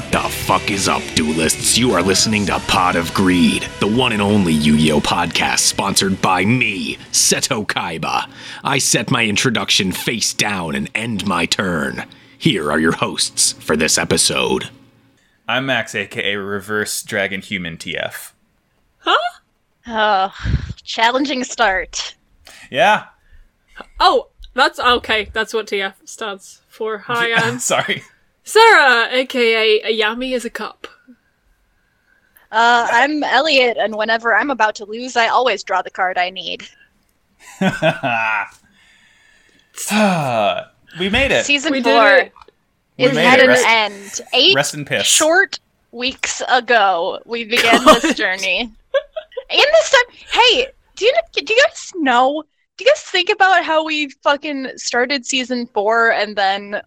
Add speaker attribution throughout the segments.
Speaker 1: fuck is up, duelists? You are listening to Pot of Greed, the one and only Yu Gi Oh podcast sponsored by me, Seto Kaiba. I set my introduction face down and end my turn. Here are your hosts for this episode.
Speaker 2: I'm Max, aka Reverse Dragon Human TF.
Speaker 3: Oh, challenging start.
Speaker 2: Yeah.
Speaker 4: Oh, that's okay. That's what TF stands for. Hi, I'm
Speaker 2: Sorry.
Speaker 4: Sarah, aka Ayami is a cup.
Speaker 3: Uh, I'm Elliot, and whenever I'm about to lose, I always draw the card I need.
Speaker 2: Ah, we made it.
Speaker 3: Season
Speaker 4: We did
Speaker 3: four
Speaker 4: it.
Speaker 2: We
Speaker 3: is
Speaker 2: made
Speaker 3: at
Speaker 2: it.
Speaker 3: an
Speaker 2: Rest-
Speaker 3: end. Eight
Speaker 2: Rest in piss.
Speaker 3: short weeks ago, we began this journey. In this time, hey, do you do you guys know? Do you guys think about how we fucking started season four, and then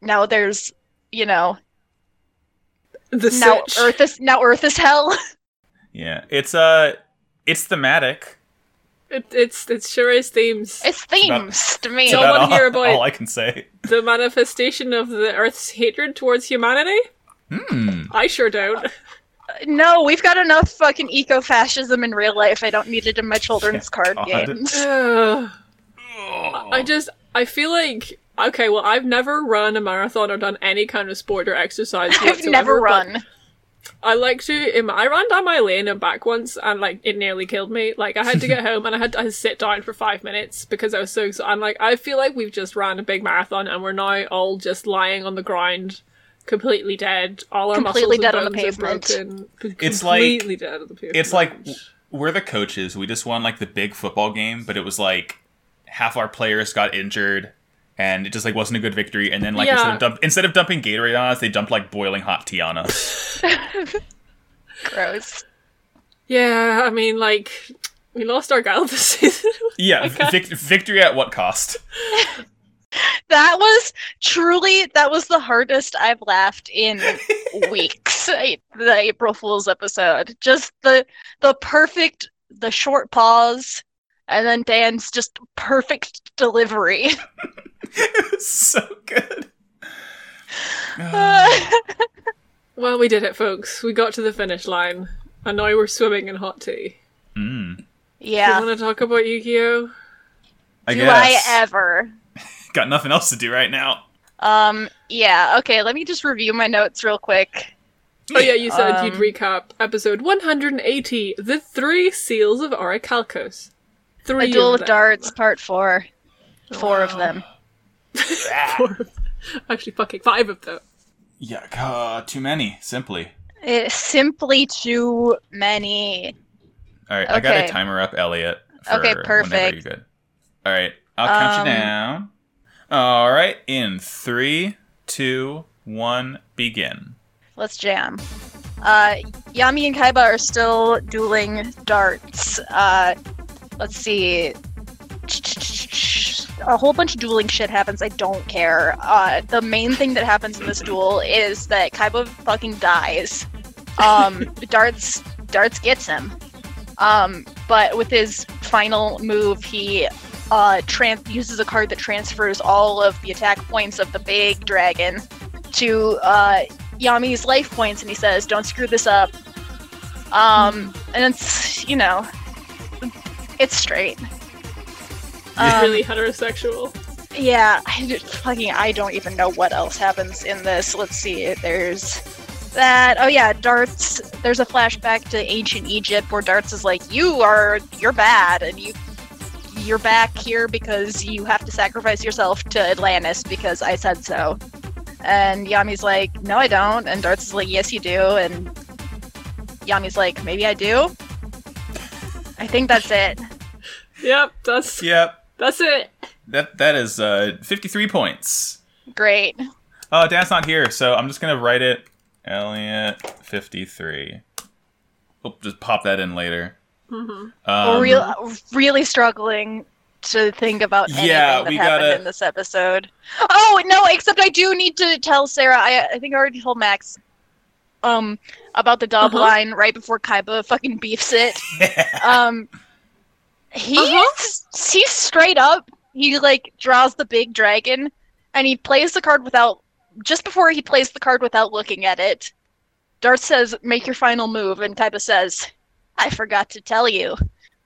Speaker 3: now there's you know
Speaker 4: The
Speaker 3: now
Speaker 4: Sitch.
Speaker 3: Earth is now Earth is hell.
Speaker 2: Yeah. It's uh it's thematic.
Speaker 4: It, it's it's sure is themes.
Speaker 3: It's
Speaker 2: about-
Speaker 3: themes to me.
Speaker 2: It's
Speaker 4: Don't
Speaker 2: about
Speaker 4: wanna
Speaker 2: all,
Speaker 4: hear about it.
Speaker 2: all I can say.
Speaker 4: the manifestation of the Earth's hatred towards humanity.
Speaker 2: Hmm.
Speaker 4: I sure don't.
Speaker 3: No, we've got enough fucking eco fascism in real life. I don't need it in my children's card
Speaker 2: God.
Speaker 3: games.
Speaker 4: Ugh. I just I feel like okay. Well, I've never run a marathon or done any kind of sport or exercise.
Speaker 3: I've
Speaker 4: whatsoever,
Speaker 3: never
Speaker 4: but
Speaker 3: run.
Speaker 4: I like to. im- I ran down my lane and back once, and like it nearly killed me. Like I had to get home and I had to sit down for five minutes because I was so. exhausted. I'm like, I feel like we've just ran a big marathon and we're now all just lying on the ground, completely dead. All our
Speaker 3: Completely
Speaker 4: muscles
Speaker 3: dead on
Speaker 4: and
Speaker 3: the
Speaker 4: bones
Speaker 3: pavement.
Speaker 4: Are broken, p-
Speaker 2: It's like-
Speaker 4: completely dead on the pavement.
Speaker 2: It's like we're the coaches. We just won like the big football game, but it was like half our players got injured and it just like wasn't a good victory and then like
Speaker 4: Yeah.
Speaker 2: instead of dump- instead of dumping Gatorade on us, they dumped like boiling hot tea on us.
Speaker 3: Gross.
Speaker 4: yeah. I mean, like we lost our gal this season.
Speaker 2: yeah, vic- victory at what cost?
Speaker 3: That was truly that was the hardest I've laughed in weeks. I- The April Fools episode. Just the the perfect the short pause and then Dan's just perfect delivery.
Speaker 2: It was so good. Hmm.
Speaker 4: well, we did it, folks. We got to the finish line, and now we're swimming in hot tea.
Speaker 2: Mm,
Speaker 4: You
Speaker 3: yeah.
Speaker 4: want to talk about Yu-Gi-Oh?
Speaker 2: I
Speaker 3: Do
Speaker 2: guess.
Speaker 3: I ever?
Speaker 2: Got nothing else to do right now.
Speaker 3: Um yeah, okay, let me just review my notes real quick.
Speaker 4: Oh yeah, you said you'd
Speaker 3: Um,
Speaker 4: recap episode 180, the three seals of Orichalcos. Three.
Speaker 3: A duel with
Speaker 4: of them.
Speaker 3: darts, part four. Four of them.
Speaker 4: Four of them. Actually, fucking five of them.
Speaker 2: Yeah, uh, too many, simply.
Speaker 3: Eh, simply too many.
Speaker 2: All right, I got a
Speaker 3: Okay.
Speaker 2: timer up, Elliot.
Speaker 3: Okay,
Speaker 2: whenever
Speaker 3: perfect.
Speaker 2: You're good. All right, I'll count
Speaker 3: Um,
Speaker 2: you down. All right, in three, two, one, begin.
Speaker 3: Let's jam. Uh, Yami and Kaiba are still dueling darts. Uh, let's see. A whole bunch of dueling shit happens. I don't care. Uh, the main thing that happens in this duel is that Kaiba fucking dies. Um, darts, darts gets him. Um, but with his final move, he uh, tran uses a card that transfers all of the attack points of the big dragon to uh, Yami's life points and he says, "Don't screw this up." Um, and it's you know, it's straight. Um,
Speaker 4: really heterosexual.
Speaker 3: yeah, I d- fucking I don't even know what else happens in this. Let's see. There's that. Oh yeah, darts. There's a flashback to ancient Egypt where darts is like, "You are you're bad, and you you're back here because you have to sacrifice yourself to Atlantis because I said so." And Yami's like, "No, I don't." And darts is like, "Yes, you do." And Yami's like, "Maybe I do." I think that's it.
Speaker 4: Yep, that's
Speaker 2: Yep,
Speaker 4: that's it.
Speaker 2: that that is uh, fifty-three points.
Speaker 3: Great.
Speaker 2: Oh, Dan's not here, so I'm just gonna write it. Elliot, fifty-three. Oh, just pop that in later.
Speaker 4: hmm
Speaker 2: Um,
Speaker 3: Real, really struggling to think about anything
Speaker 2: Yeah,
Speaker 3: that
Speaker 2: we
Speaker 3: happened
Speaker 2: gotta-
Speaker 3: in this episode. Oh no! Except I do need to tell Sarah. I, I think I already told Max, um, about the dub
Speaker 4: Uh-huh.
Speaker 3: line right before Kaiba fucking beefs it. Um, he's he's straight up. He like draws the big dragon, and he plays the card without. Just before he plays the card without looking at it, Dart says, "Make your final move," and Kaiba says, "I forgot to tell you.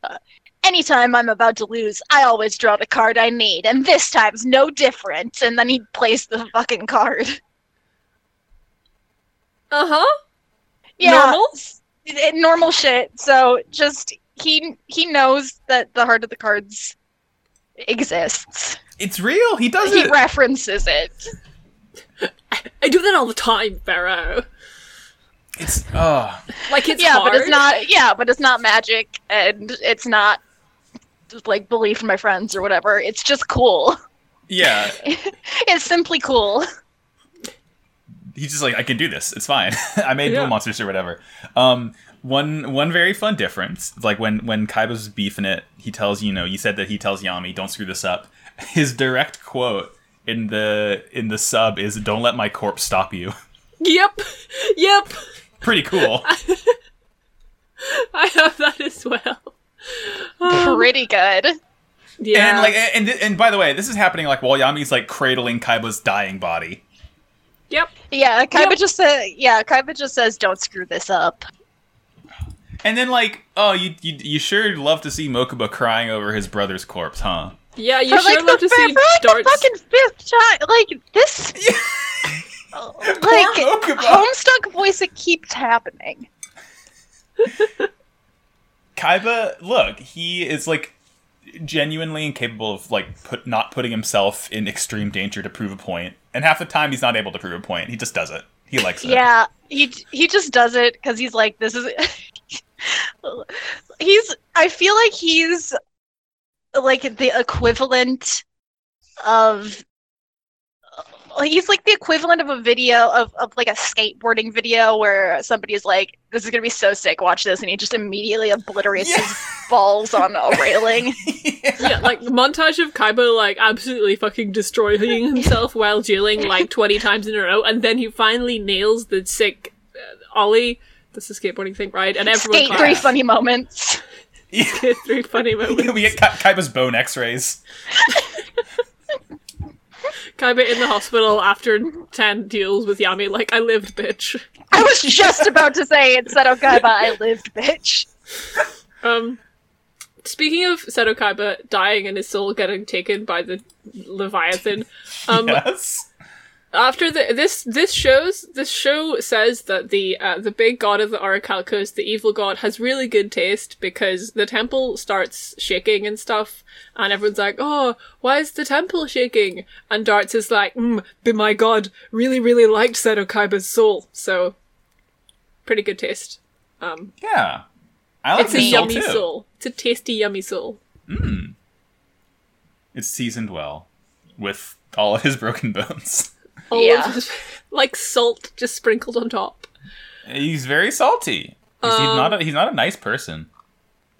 Speaker 3: Uh, anytime I'm about to lose, I always draw the card I need, and this time's no different." And then he plays the fucking card.
Speaker 4: Uh huh.
Speaker 3: Yeah,
Speaker 4: Normal?
Speaker 3: s- it- normal shit. So just he he knows that the heart of the cards exists.
Speaker 2: It's real. He does
Speaker 3: He
Speaker 2: it.
Speaker 3: references it.
Speaker 4: I do that all the time, Pharaoh.
Speaker 2: it's oh,
Speaker 4: Like it's
Speaker 3: yeah,
Speaker 4: hard.
Speaker 3: but it's not. Yeah, but it's not magic, and it's not like belief in my friends or whatever. It's just cool.
Speaker 2: yeah.
Speaker 3: It's simply cool.
Speaker 2: he's just like, I can do this. It's fine. I made
Speaker 4: Yeah.
Speaker 2: dual monsters or whatever. Um, one one very fun difference, like when when Kaiba's beefing it, he tells you know you said that he tells Yami, don't screw this up. His direct quote in the in the sub is, "Don't let my corpse stop you."
Speaker 4: Yep. Yep.
Speaker 2: Pretty cool.
Speaker 4: I have that as well. Um,
Speaker 3: Pretty good.
Speaker 4: Yeah.
Speaker 2: And like and and by the way, this is happening like while Yami's like cradling Kaiba's dying body.
Speaker 4: yep.
Speaker 3: Yeah, Kaiba
Speaker 4: Yep.
Speaker 3: just said. Yeah, Kaiba just says, "Don't screw this up."
Speaker 2: And then like, oh, you you, you sure love to see Mokuba crying over his brother's corpse, huh?
Speaker 4: Yeah, you
Speaker 3: For,
Speaker 4: sure love to
Speaker 3: the,
Speaker 4: see
Speaker 3: for, like
Speaker 4: darts.
Speaker 3: the fucking fifth time. Like this. like
Speaker 2: Mokuba.
Speaker 3: Homestuck voice, it keeps happening.
Speaker 2: Kaiba, look, he is like genuinely incapable of like put not putting himself in extreme danger to prove a point, and half the time he's not able to prove a point. He just does it. He likes it.
Speaker 3: Yeah, he he just does it because he's like, this is. he's. I feel like he's like the equivalent of. He's like the equivalent of a video of, of like a skateboarding video where somebody's like, "This is gonna be so sick, watch this," and he just immediately obliterates
Speaker 2: Yeah.
Speaker 3: his balls on a railing.
Speaker 4: yeah, like montage of Kaiba like absolutely fucking destroying himself while dueling like twenty times in a row, and then he finally nails the sick uh, ollie. That's the skateboarding thing, right? And everyone
Speaker 3: Skate three
Speaker 2: claps.
Speaker 3: funny moments.
Speaker 4: skate three funny moments.
Speaker 2: we get Ka- Kaiba's bone X-rays.
Speaker 4: Kaiba in the hospital after ten duels with Yami. Like I lived, bitch.
Speaker 3: I was just about to say instead of Kaiba, I lived, bitch.
Speaker 4: Um, speaking of Seto Kaiba dying and his soul getting taken by the Leviathan, um,
Speaker 2: yes.
Speaker 4: after the this this shows this show says that the uh, the big god of the Orichalcos, the evil god, has really good taste because the temple starts shaking and stuff, and everyone's like, "Oh, why is the temple shaking?" And Darts is like, mm, "Be my god, really, really liked Seto Kaiba's soul, so pretty good taste."
Speaker 2: Yeah. I like
Speaker 4: It's a
Speaker 2: his soul
Speaker 4: yummy
Speaker 2: too.
Speaker 4: soul. It's a tasty, yummy soul.
Speaker 2: It's seasoned well with all of his broken bones.
Speaker 4: All
Speaker 3: Yeah.
Speaker 4: of his- like salt just sprinkled on top.
Speaker 2: He's very salty. He's, he's not
Speaker 4: Um,
Speaker 2: a, he's not a nice person.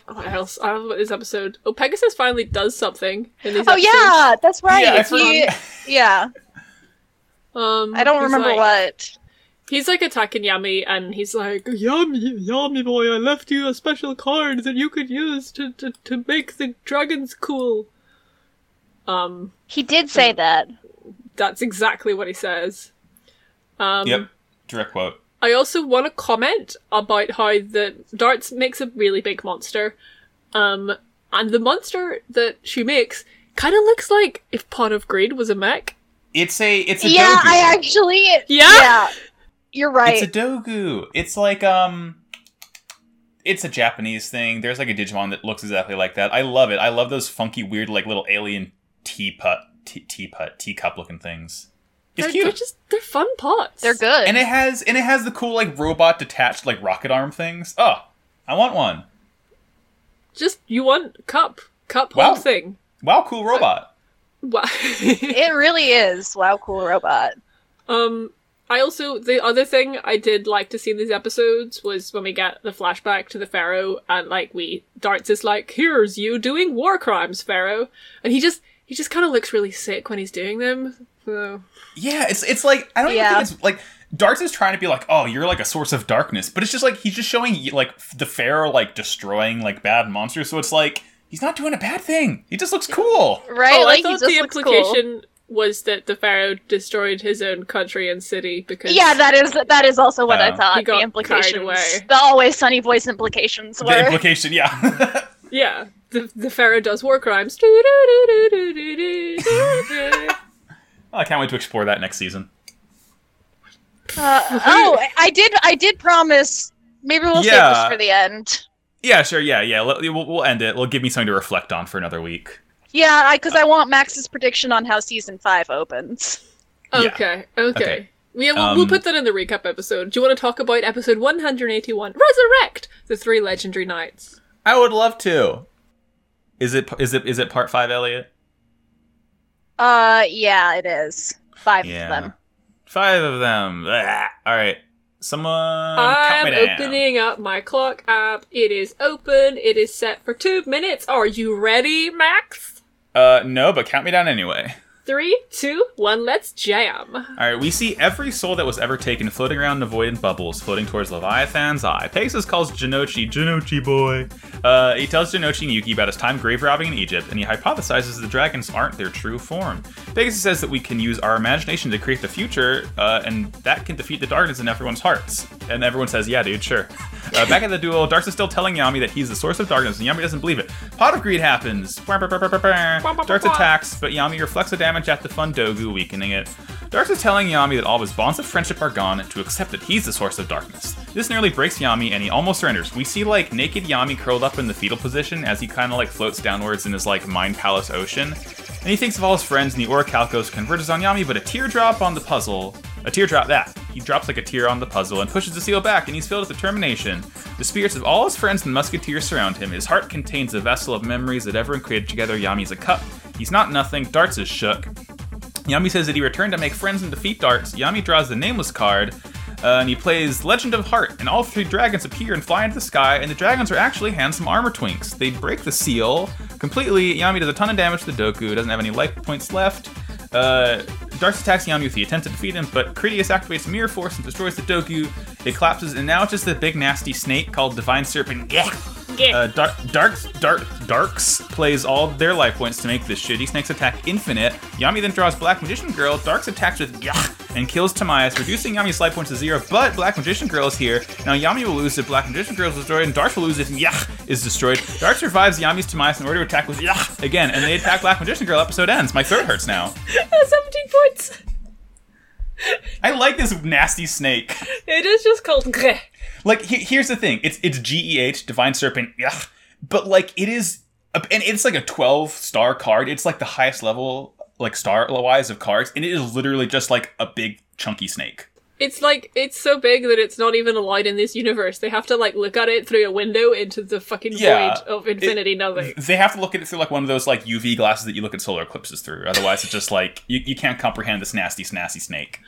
Speaker 3: Oh,
Speaker 4: What else? I don't know about this episode. Oh, Pegasus finally does something in these
Speaker 3: Oh
Speaker 4: episodes.
Speaker 3: yeah, that's right.
Speaker 2: Yeah, I
Speaker 3: He-
Speaker 2: forgot.
Speaker 3: yeah,
Speaker 4: Um,
Speaker 3: I don't
Speaker 4: he's
Speaker 3: remember
Speaker 4: like-
Speaker 3: what.
Speaker 4: He's like attacking Yami, and he's like, "Yami, Yami boy, I left you a special card that you could use to to, to make the dragons cool." Um,
Speaker 3: He did say that.
Speaker 4: that's exactly what he says. Um,
Speaker 2: yep. Direct quote.
Speaker 4: I also want to comment about how the darts makes a really big monster, um, and the monster that she makes kind of looks like if Pot of Greed was a mech.
Speaker 2: It's a it's a
Speaker 3: yeah,
Speaker 2: dogu.
Speaker 3: I actually.
Speaker 4: Yeah?
Speaker 3: you're
Speaker 2: It's
Speaker 3: right.
Speaker 2: a dogu. It's like um it's a Japanese thing. There's like a Digimon that looks exactly like that. I love it. I love those funky weird like little alien teapot te- teapot teacup looking things. It's
Speaker 4: they're,
Speaker 2: cute.
Speaker 4: they're just they're fun pots.
Speaker 3: They're good.
Speaker 2: and it has and it has the cool like robot detached like rocket arm things. Oh, I want one.
Speaker 4: Just you want cup cup
Speaker 2: Wow.
Speaker 4: whole thing.
Speaker 2: Wow, cool robot.
Speaker 4: Wow.
Speaker 3: it really is. Wow, cool robot.
Speaker 4: Um, I also the other thing I did like to see in these episodes was when we get the flashback to the Pharaoh and like we darts is like, "Here's you doing war crimes, Pharaoh," and he just he just kind of looks really sick when he's doing them. So
Speaker 2: Yeah, it's it's like I don't
Speaker 3: Yeah.
Speaker 2: even think it's like Darts is trying to be like, oh, you're like a source of darkness, but it's just like he's just showing like the pharaoh like destroying like bad monsters. So it's like he's not doing a bad thing. He just looks cool.
Speaker 3: Right?
Speaker 4: Oh,
Speaker 3: like
Speaker 4: I
Speaker 3: he
Speaker 4: thought
Speaker 3: just
Speaker 4: the
Speaker 3: looks cool.
Speaker 4: implication was that the pharaoh destroyed his own country and city because
Speaker 3: Yeah, that is that is also what I
Speaker 2: Oh.
Speaker 4: He
Speaker 3: thought. The
Speaker 4: got carried
Speaker 3: implications,
Speaker 4: away.
Speaker 3: the always sunny voice implications
Speaker 2: The
Speaker 3: were.
Speaker 2: implication, yeah.
Speaker 4: yeah, the the pharaoh does war crimes. That's
Speaker 2: I can't wait to explore that next season.
Speaker 3: Uh, oh, I did I did promise. Maybe we'll save
Speaker 2: Yeah.
Speaker 3: this for the end.
Speaker 2: Yeah, sure. Yeah, yeah. let- We'll, we'll end it. We'll give me something to reflect on for another week.
Speaker 3: Yeah, because I want Max's prediction on how season five opens.
Speaker 4: okay, okay.
Speaker 2: Okay.
Speaker 4: Yeah, we'll, we'll
Speaker 2: Um,
Speaker 4: put that in the recap episode. Do you want to talk about episode 181? Resurrect the three legendary knights.
Speaker 2: I would love to. Is it is it is it part five, Elliot?
Speaker 3: Uh, yeah, it is five of them.
Speaker 2: Five of them. Ah, All right. Someone.
Speaker 4: I'm
Speaker 2: cut Um, me down.
Speaker 4: opening up my clock app. It is open. It is set for two minutes. Are you ready, Max?
Speaker 2: Uh, no, but count me down anyway.
Speaker 4: Three, two, one. Let's jam.
Speaker 2: All right, we see every soul that was ever taken floating around the void in bubbles, floating towards Leviathan's eye. Pegasus calls Jinochi, Jinochi boy. Uh, he tells Jinochi and Yuki about his time grave robbing in Egypt, and he hypothesizes the dragons aren't their true form. Pegasus says that we can use our imagination to create the future, uh, and that can defeat the darkness in everyone's hearts. And everyone says, yeah, dude, sure. Uh, back at the duel, Darks is still telling Yami that he's the source of darkness, and Yami doesn't believe it. Pot of Greed happens. Darks attacks, but Yami reflects the damage at the Fundogu, weakening it. Darks is telling Yami that all of his bonds of friendship are gone, and to accept that he's the source of darkness. This nearly breaks Yami, and he almost surrenders. We see like naked Yami curled up in the fetal position as he kind of like floats downwards in his like mind palace ocean, and he thinks of all his friends, and the Orichalcos converges on Yami, but a teardrop on the puzzle, a teardrop that he drops like a tear on the puzzle and pushes the seal back, and he's filled with determination. The spirits of all his friends and musketeers surround him. His heart contains a vessel of memories that everyone created together. Yami's a cup. He's not nothing. Darts is shook. Yami says that he returned to make friends and defeat darts. Yami draws the nameless card, uh, and he plays Legend of Heart, and all three dragons appear and fly into the sky, and the dragons are actually handsome armor twinks. They break the seal completely. Yami does a ton of damage to the Doku, doesn't have any life points left. Uh, Darts attacks Yami with the attempt to defeat him, but Critias activates Mirror Force and destroys the Doku. It collapses, and now it's just the big nasty snake called Divine Serpent. Yeah. Uh, Dar- Darks, Dark, Darks plays all their life points to make the shitty snake's attack infinite. Yami then draws Black Magician Girl. Darks attacks with Yah and kills Tamias, reducing Yami's life points to zero. But Black Magician Girl is here. Now Yami will lose if Black Magician Girl is destroyed, and Darks will lose if Yah is destroyed. Darks revives Yami's Tamias in order to attack with Yah again, and they attack Black Magician Girl. Episode ends. My throat hurts now.
Speaker 4: 17 Uh, points.
Speaker 2: I like this nasty snake.
Speaker 4: It is just called Greh.
Speaker 2: Like he- here's the thing, it's it's G E H Divine Serpent, yeah, but like it is, a, and it's like a twelve star card. It's like the highest level like star wise of cards, and it is literally just like a big chunky snake.
Speaker 4: It's like it's so big that it's not even allowed in this universe. They have to like look at it through a window into the fucking
Speaker 2: Yeah.
Speaker 4: void of infinity nothing.
Speaker 2: They have to look at it through like one of those like UV glasses that you look at solar eclipses through. Otherwise, it's just like you, you can't comprehend this nasty, nasty snake.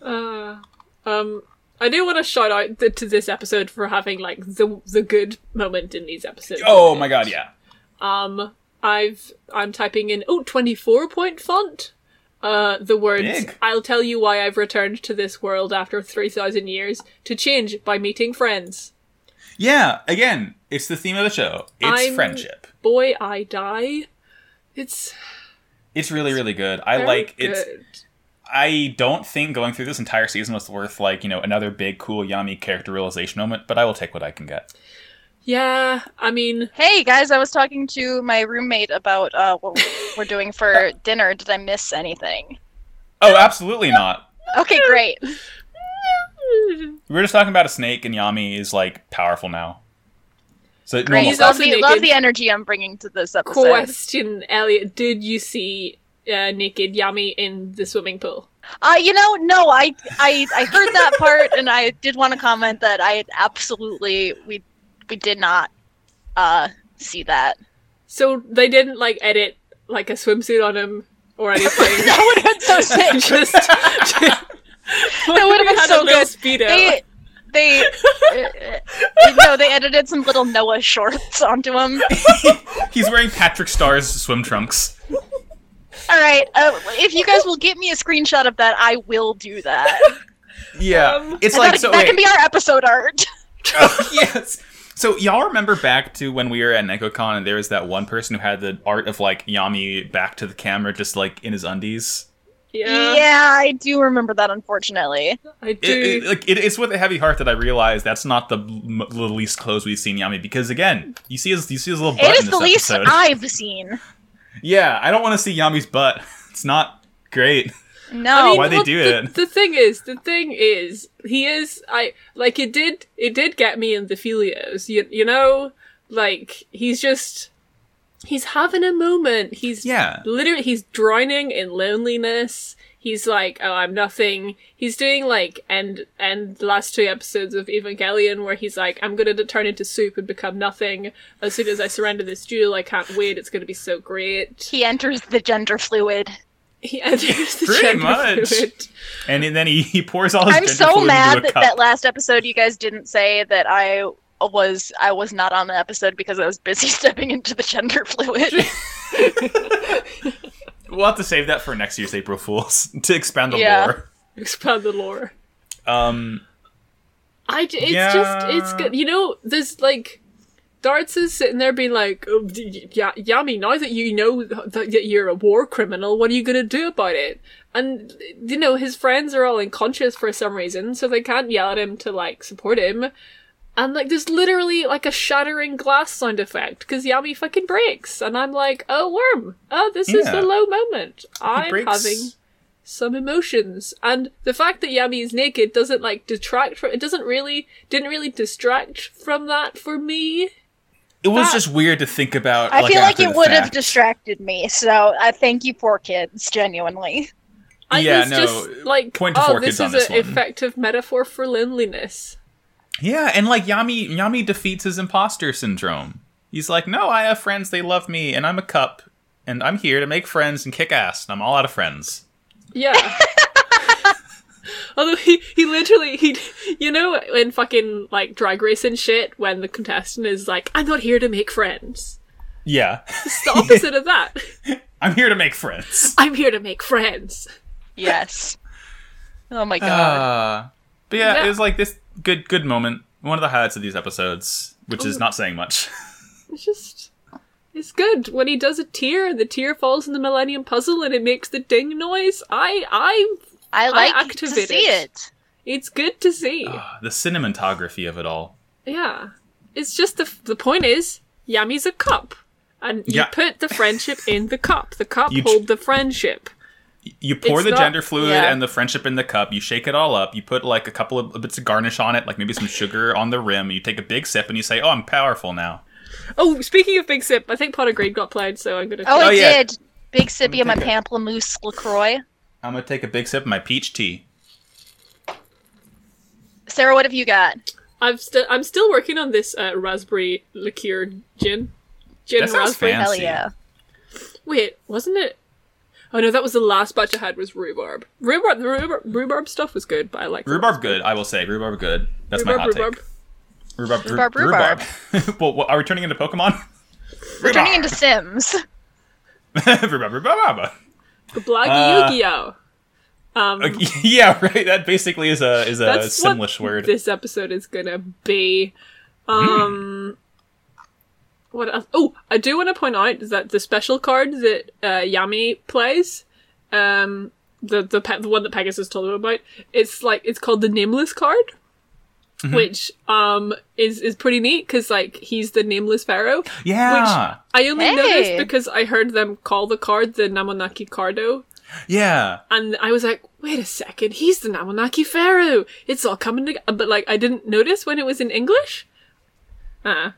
Speaker 4: Uh, um, I do want to shout out th- to this episode for having like the the good moment in these episodes.
Speaker 2: Oh my god, yeah.
Speaker 4: Um, I've I'm typing in oh 24 point font. Uh, the words
Speaker 2: Big.
Speaker 4: "I'll tell you why I've returned to this world after three thousand years to change by meeting friends."
Speaker 2: Yeah, again, it's the theme of the show. It's
Speaker 4: I'm-
Speaker 2: friendship.
Speaker 4: Boy, I die. It's
Speaker 2: It's really, really good. I
Speaker 4: very
Speaker 2: like it's
Speaker 4: good.
Speaker 2: I don't think going through this entire season was worth like you know another big cool Yami character realization moment, but I will take what I can get.
Speaker 4: Yeah, I mean,
Speaker 3: Hey guys, I was talking to my roommate about uh, what we're doing for dinner. Did I miss anything?
Speaker 2: Oh, absolutely not.
Speaker 3: Okay, great.
Speaker 2: We were just talking about a snake, and Yami is like powerful now. So it
Speaker 3: Great.
Speaker 2: normal
Speaker 4: He's
Speaker 2: stuff.
Speaker 3: Love
Speaker 4: also
Speaker 3: the,
Speaker 4: naked.
Speaker 3: love the energy I'm bringing to this episode.
Speaker 4: question, Elliot, did you see uh, naked Yami in the swimming pool?
Speaker 3: Uh, you know, no, I, I, I heard that part, and I did want to comment that I absolutely we, we did not, uh, see that.
Speaker 4: So they didn't like edit like a swimsuit on him or anything.
Speaker 3: That would have been so sick.
Speaker 4: just, just that
Speaker 3: would've been so good.
Speaker 4: Speedo.
Speaker 3: They, they, uh, uh, no, they edited some little Noah shorts onto him.
Speaker 2: He's wearing Patrick Starr's swim trunks.
Speaker 3: All right, uh, if you guys will get me a screenshot of that, I will do that.
Speaker 2: Yeah,
Speaker 4: Um,
Speaker 2: it's
Speaker 3: that, that can be our episode art.
Speaker 2: yes. So y'all remember back to when we were at NecoCon and there was that one person who had the art of like Yami back to the camera, just like in his undies.
Speaker 4: Yeah,
Speaker 3: Yeah. I do remember that, unfortunately.
Speaker 4: I
Speaker 2: It,
Speaker 4: do.
Speaker 2: it, like it, it's with a heavy heart that I realize that's not the, m- the least clothes we've seen Yami because again you see his you see his little butt
Speaker 3: It
Speaker 2: in
Speaker 3: is
Speaker 2: this
Speaker 3: the least
Speaker 2: episode.
Speaker 3: I've seen.
Speaker 2: yeah, I don't want to see Yami's butt. It's not great.
Speaker 3: No.
Speaker 4: I mean,
Speaker 2: Why Oh, they
Speaker 4: well,
Speaker 2: do
Speaker 4: the,
Speaker 2: it.
Speaker 4: The thing is, the thing is, he is. I like it. Did it did get me in the filios? You you know, like he's just he's having a moment. He's
Speaker 2: Yeah.
Speaker 4: literally he's drowning in loneliness. He's like, oh, I'm nothing. He's doing like end end the last two episodes of Evangelion where he's like, I'm gonna turn into soup and become nothing. As soon as I surrender this duel, I can't wait. It's gonna be so great.
Speaker 3: he enters the gender fluid.
Speaker 4: He enters the
Speaker 2: Pretty
Speaker 4: gender
Speaker 2: much.
Speaker 4: fluid.
Speaker 2: And then he, he pours all his
Speaker 3: I'm
Speaker 2: gender
Speaker 3: so
Speaker 2: fluid
Speaker 3: mad
Speaker 2: into a
Speaker 3: that
Speaker 2: cup.
Speaker 3: that last episode you guys didn't say that I was I was not on the episode because I was busy stepping into the gender fluid.
Speaker 2: We'll have to save that for next year's April Fools to expand on
Speaker 3: Yeah.
Speaker 2: lore.
Speaker 4: Expand the lore.
Speaker 2: Um,
Speaker 4: I j- it's
Speaker 2: Yeah.
Speaker 4: just it's good. You know, there's like Darts is sitting there being like, oh, d- y- yeah, "Yummy, now that you know th- that you're a war criminal, what are you gonna do about it?" And you know, his friends are all unconscious for some reason, so they can't yell at him to like support him. And like, there's literally like a shattering glass sound effect because Yami fucking breaks, and I'm like, "Oh, worm! Oh, this is
Speaker 2: Yeah.
Speaker 4: the low moment.
Speaker 2: he
Speaker 4: I'm
Speaker 2: breaks-
Speaker 4: having some emotions and the fact that yami is naked doesn't like detract from it doesn't really didn't really distract from that for me
Speaker 2: It was
Speaker 4: that-
Speaker 2: just weird to think about.
Speaker 3: I feel like
Speaker 2: after
Speaker 3: it
Speaker 2: the
Speaker 3: would have
Speaker 2: fact.
Speaker 3: distracted me, so I thank you poor kids, genuinely.
Speaker 4: i
Speaker 2: Yeah,
Speaker 4: was
Speaker 2: no,
Speaker 4: just like
Speaker 2: point to
Speaker 4: oh
Speaker 2: four
Speaker 4: this
Speaker 2: kids on
Speaker 4: is
Speaker 2: this
Speaker 4: an
Speaker 2: one."
Speaker 4: effective metaphor for loneliness
Speaker 2: Yeah, and like Yami, Yami defeats his imposter syndrome. He's like, no, I have friends. They love me, and I'm a cup, and I'm here to make friends and kick ass. And I'm all out of friends.
Speaker 4: yeah although he he literally he you know in fucking like drag race and shit when the contestant is like i'm not here to make friends
Speaker 2: Yeah,
Speaker 4: it's the opposite of that
Speaker 2: I'm here to make friends.
Speaker 4: i'm here to make friends
Speaker 3: Yes. Oh my god.
Speaker 2: Uh, but yeah,
Speaker 4: Yeah.
Speaker 2: it was like this good, good moment. One of the highlights of these episodes, which is not saying much.
Speaker 4: It's just it's good when he does a tear and the tear falls in the Millennium Puzzle and it makes the ding noise. I I
Speaker 3: I like to
Speaker 4: activated.
Speaker 3: see it.
Speaker 4: it's good to see.
Speaker 2: the cinematography of it all.
Speaker 4: Yeah, it's just the the point is Yami's a cup, and you
Speaker 2: Yeah.
Speaker 4: put the friendship in the cup. The cup
Speaker 2: You ch-
Speaker 4: hold the friendship.
Speaker 2: You pour
Speaker 4: It's
Speaker 2: the
Speaker 4: not-
Speaker 2: gender fluid
Speaker 3: yeah.
Speaker 2: and the friendship in the cup. You shake it all up. You put like a couple of bits of garnish on it, like maybe some sugar on the rim. You take a big sip and you say, "Oh, I'm powerful now."
Speaker 4: Oh, speaking of Big Sip, I think Pot of Greed got played, so I'm gonna.
Speaker 3: Oh,
Speaker 2: Oh,
Speaker 3: it
Speaker 2: yeah.
Speaker 3: did. Big sippy of my
Speaker 2: take a-
Speaker 3: pamplemousse LaCroix.
Speaker 2: I'm gonna take a big sip of my peach tea.
Speaker 3: Sarah, what have you got?
Speaker 4: I've st- I'm still working on this uh, raspberry liqueur gin. Gin
Speaker 2: That sounds
Speaker 4: raspberry.
Speaker 2: fancy.
Speaker 3: Hell yeah.
Speaker 4: Wait, wasn't it? Oh no, that was the last batch I had was rhubarb. Rhubarb, the rhubarb, rhubarb stuff was good, but I like
Speaker 2: Rhubarb good, I will say. Rhubarb good. That's my hot take. Rhubarb, rhu-
Speaker 3: Rhubarb, rhubarb.
Speaker 2: rhubarb. well, what, are we turning into Pokemon?
Speaker 3: We're turning into Sims.
Speaker 2: rhubarb, rhubarb, rhubarb. Uh,
Speaker 4: Blaggy Yu-Gi-Oh. Um,
Speaker 2: Like, yeah, right. That basically is a is a
Speaker 4: that's
Speaker 2: Simlish
Speaker 4: what
Speaker 2: word.
Speaker 4: this episode is gonna be. Um, what else? Oh, I do want to point out that the special card that uh, Yami plays, um, the the pe- the one that Pegasus told him about, it's like it's called the Nameless card.
Speaker 2: Mm-hmm.
Speaker 4: Which um is is pretty neat because like he's the nameless pharaoh,
Speaker 2: yeah,
Speaker 4: I only
Speaker 3: Hey.
Speaker 4: noticed because I heard them call the card the Namonaki Cardo,
Speaker 2: yeah.
Speaker 4: and I was like, wait a second, he's the Namonaki Pharaoh. It's all coming together. But, like, I didn't notice when it was in English. Uh,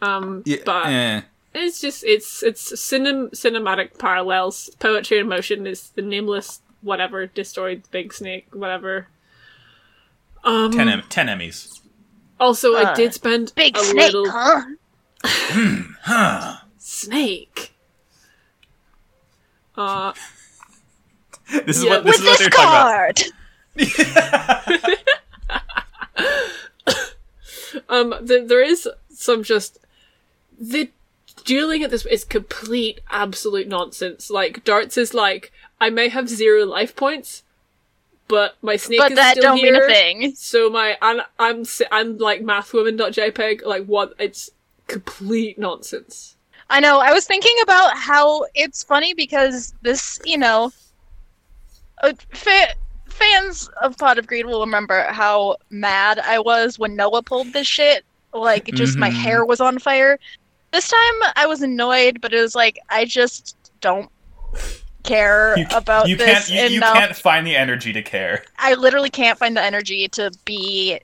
Speaker 4: um,
Speaker 2: Yeah,
Speaker 4: but
Speaker 2: eh.
Speaker 4: it's just, it's, it's cinem- cinematic parallels. Poetry in motion is the nameless whatever destroyed the big snake, whatever. Um,
Speaker 2: ten em- ten Emmys.
Speaker 4: also, I
Speaker 3: Uh,
Speaker 4: did spend
Speaker 3: Big
Speaker 4: a
Speaker 3: snake,
Speaker 4: little
Speaker 3: huh?
Speaker 2: Huh.
Speaker 4: snake. Uh,
Speaker 2: This is
Speaker 4: Yeah.
Speaker 2: what this
Speaker 3: With
Speaker 2: is what
Speaker 3: this
Speaker 2: they're talking about.
Speaker 3: card!
Speaker 4: Um, th- there is some just the dueling at this is complete absolute nonsense. Like darts is like I may have zero life points, but my snake
Speaker 3: But
Speaker 4: is
Speaker 3: that
Speaker 4: still
Speaker 3: don't
Speaker 4: here.
Speaker 3: mean a thing.
Speaker 4: So my and I'm s- I'm like mathwoman.jpg like what it's complete nonsense.
Speaker 3: I know. I was thinking about how it's funny because this, you know, uh, fa- fans of Pot of Greed will remember how mad I was when Noah pulled this shit. Like, just my
Speaker 2: Mhm.
Speaker 3: hair was on fire. This time I was annoyed, but it was like I just don't care
Speaker 2: You,
Speaker 3: about
Speaker 2: you
Speaker 3: this
Speaker 2: can't you, you
Speaker 3: enough.
Speaker 2: can't find the energy to care.
Speaker 3: I literally can't find the energy to be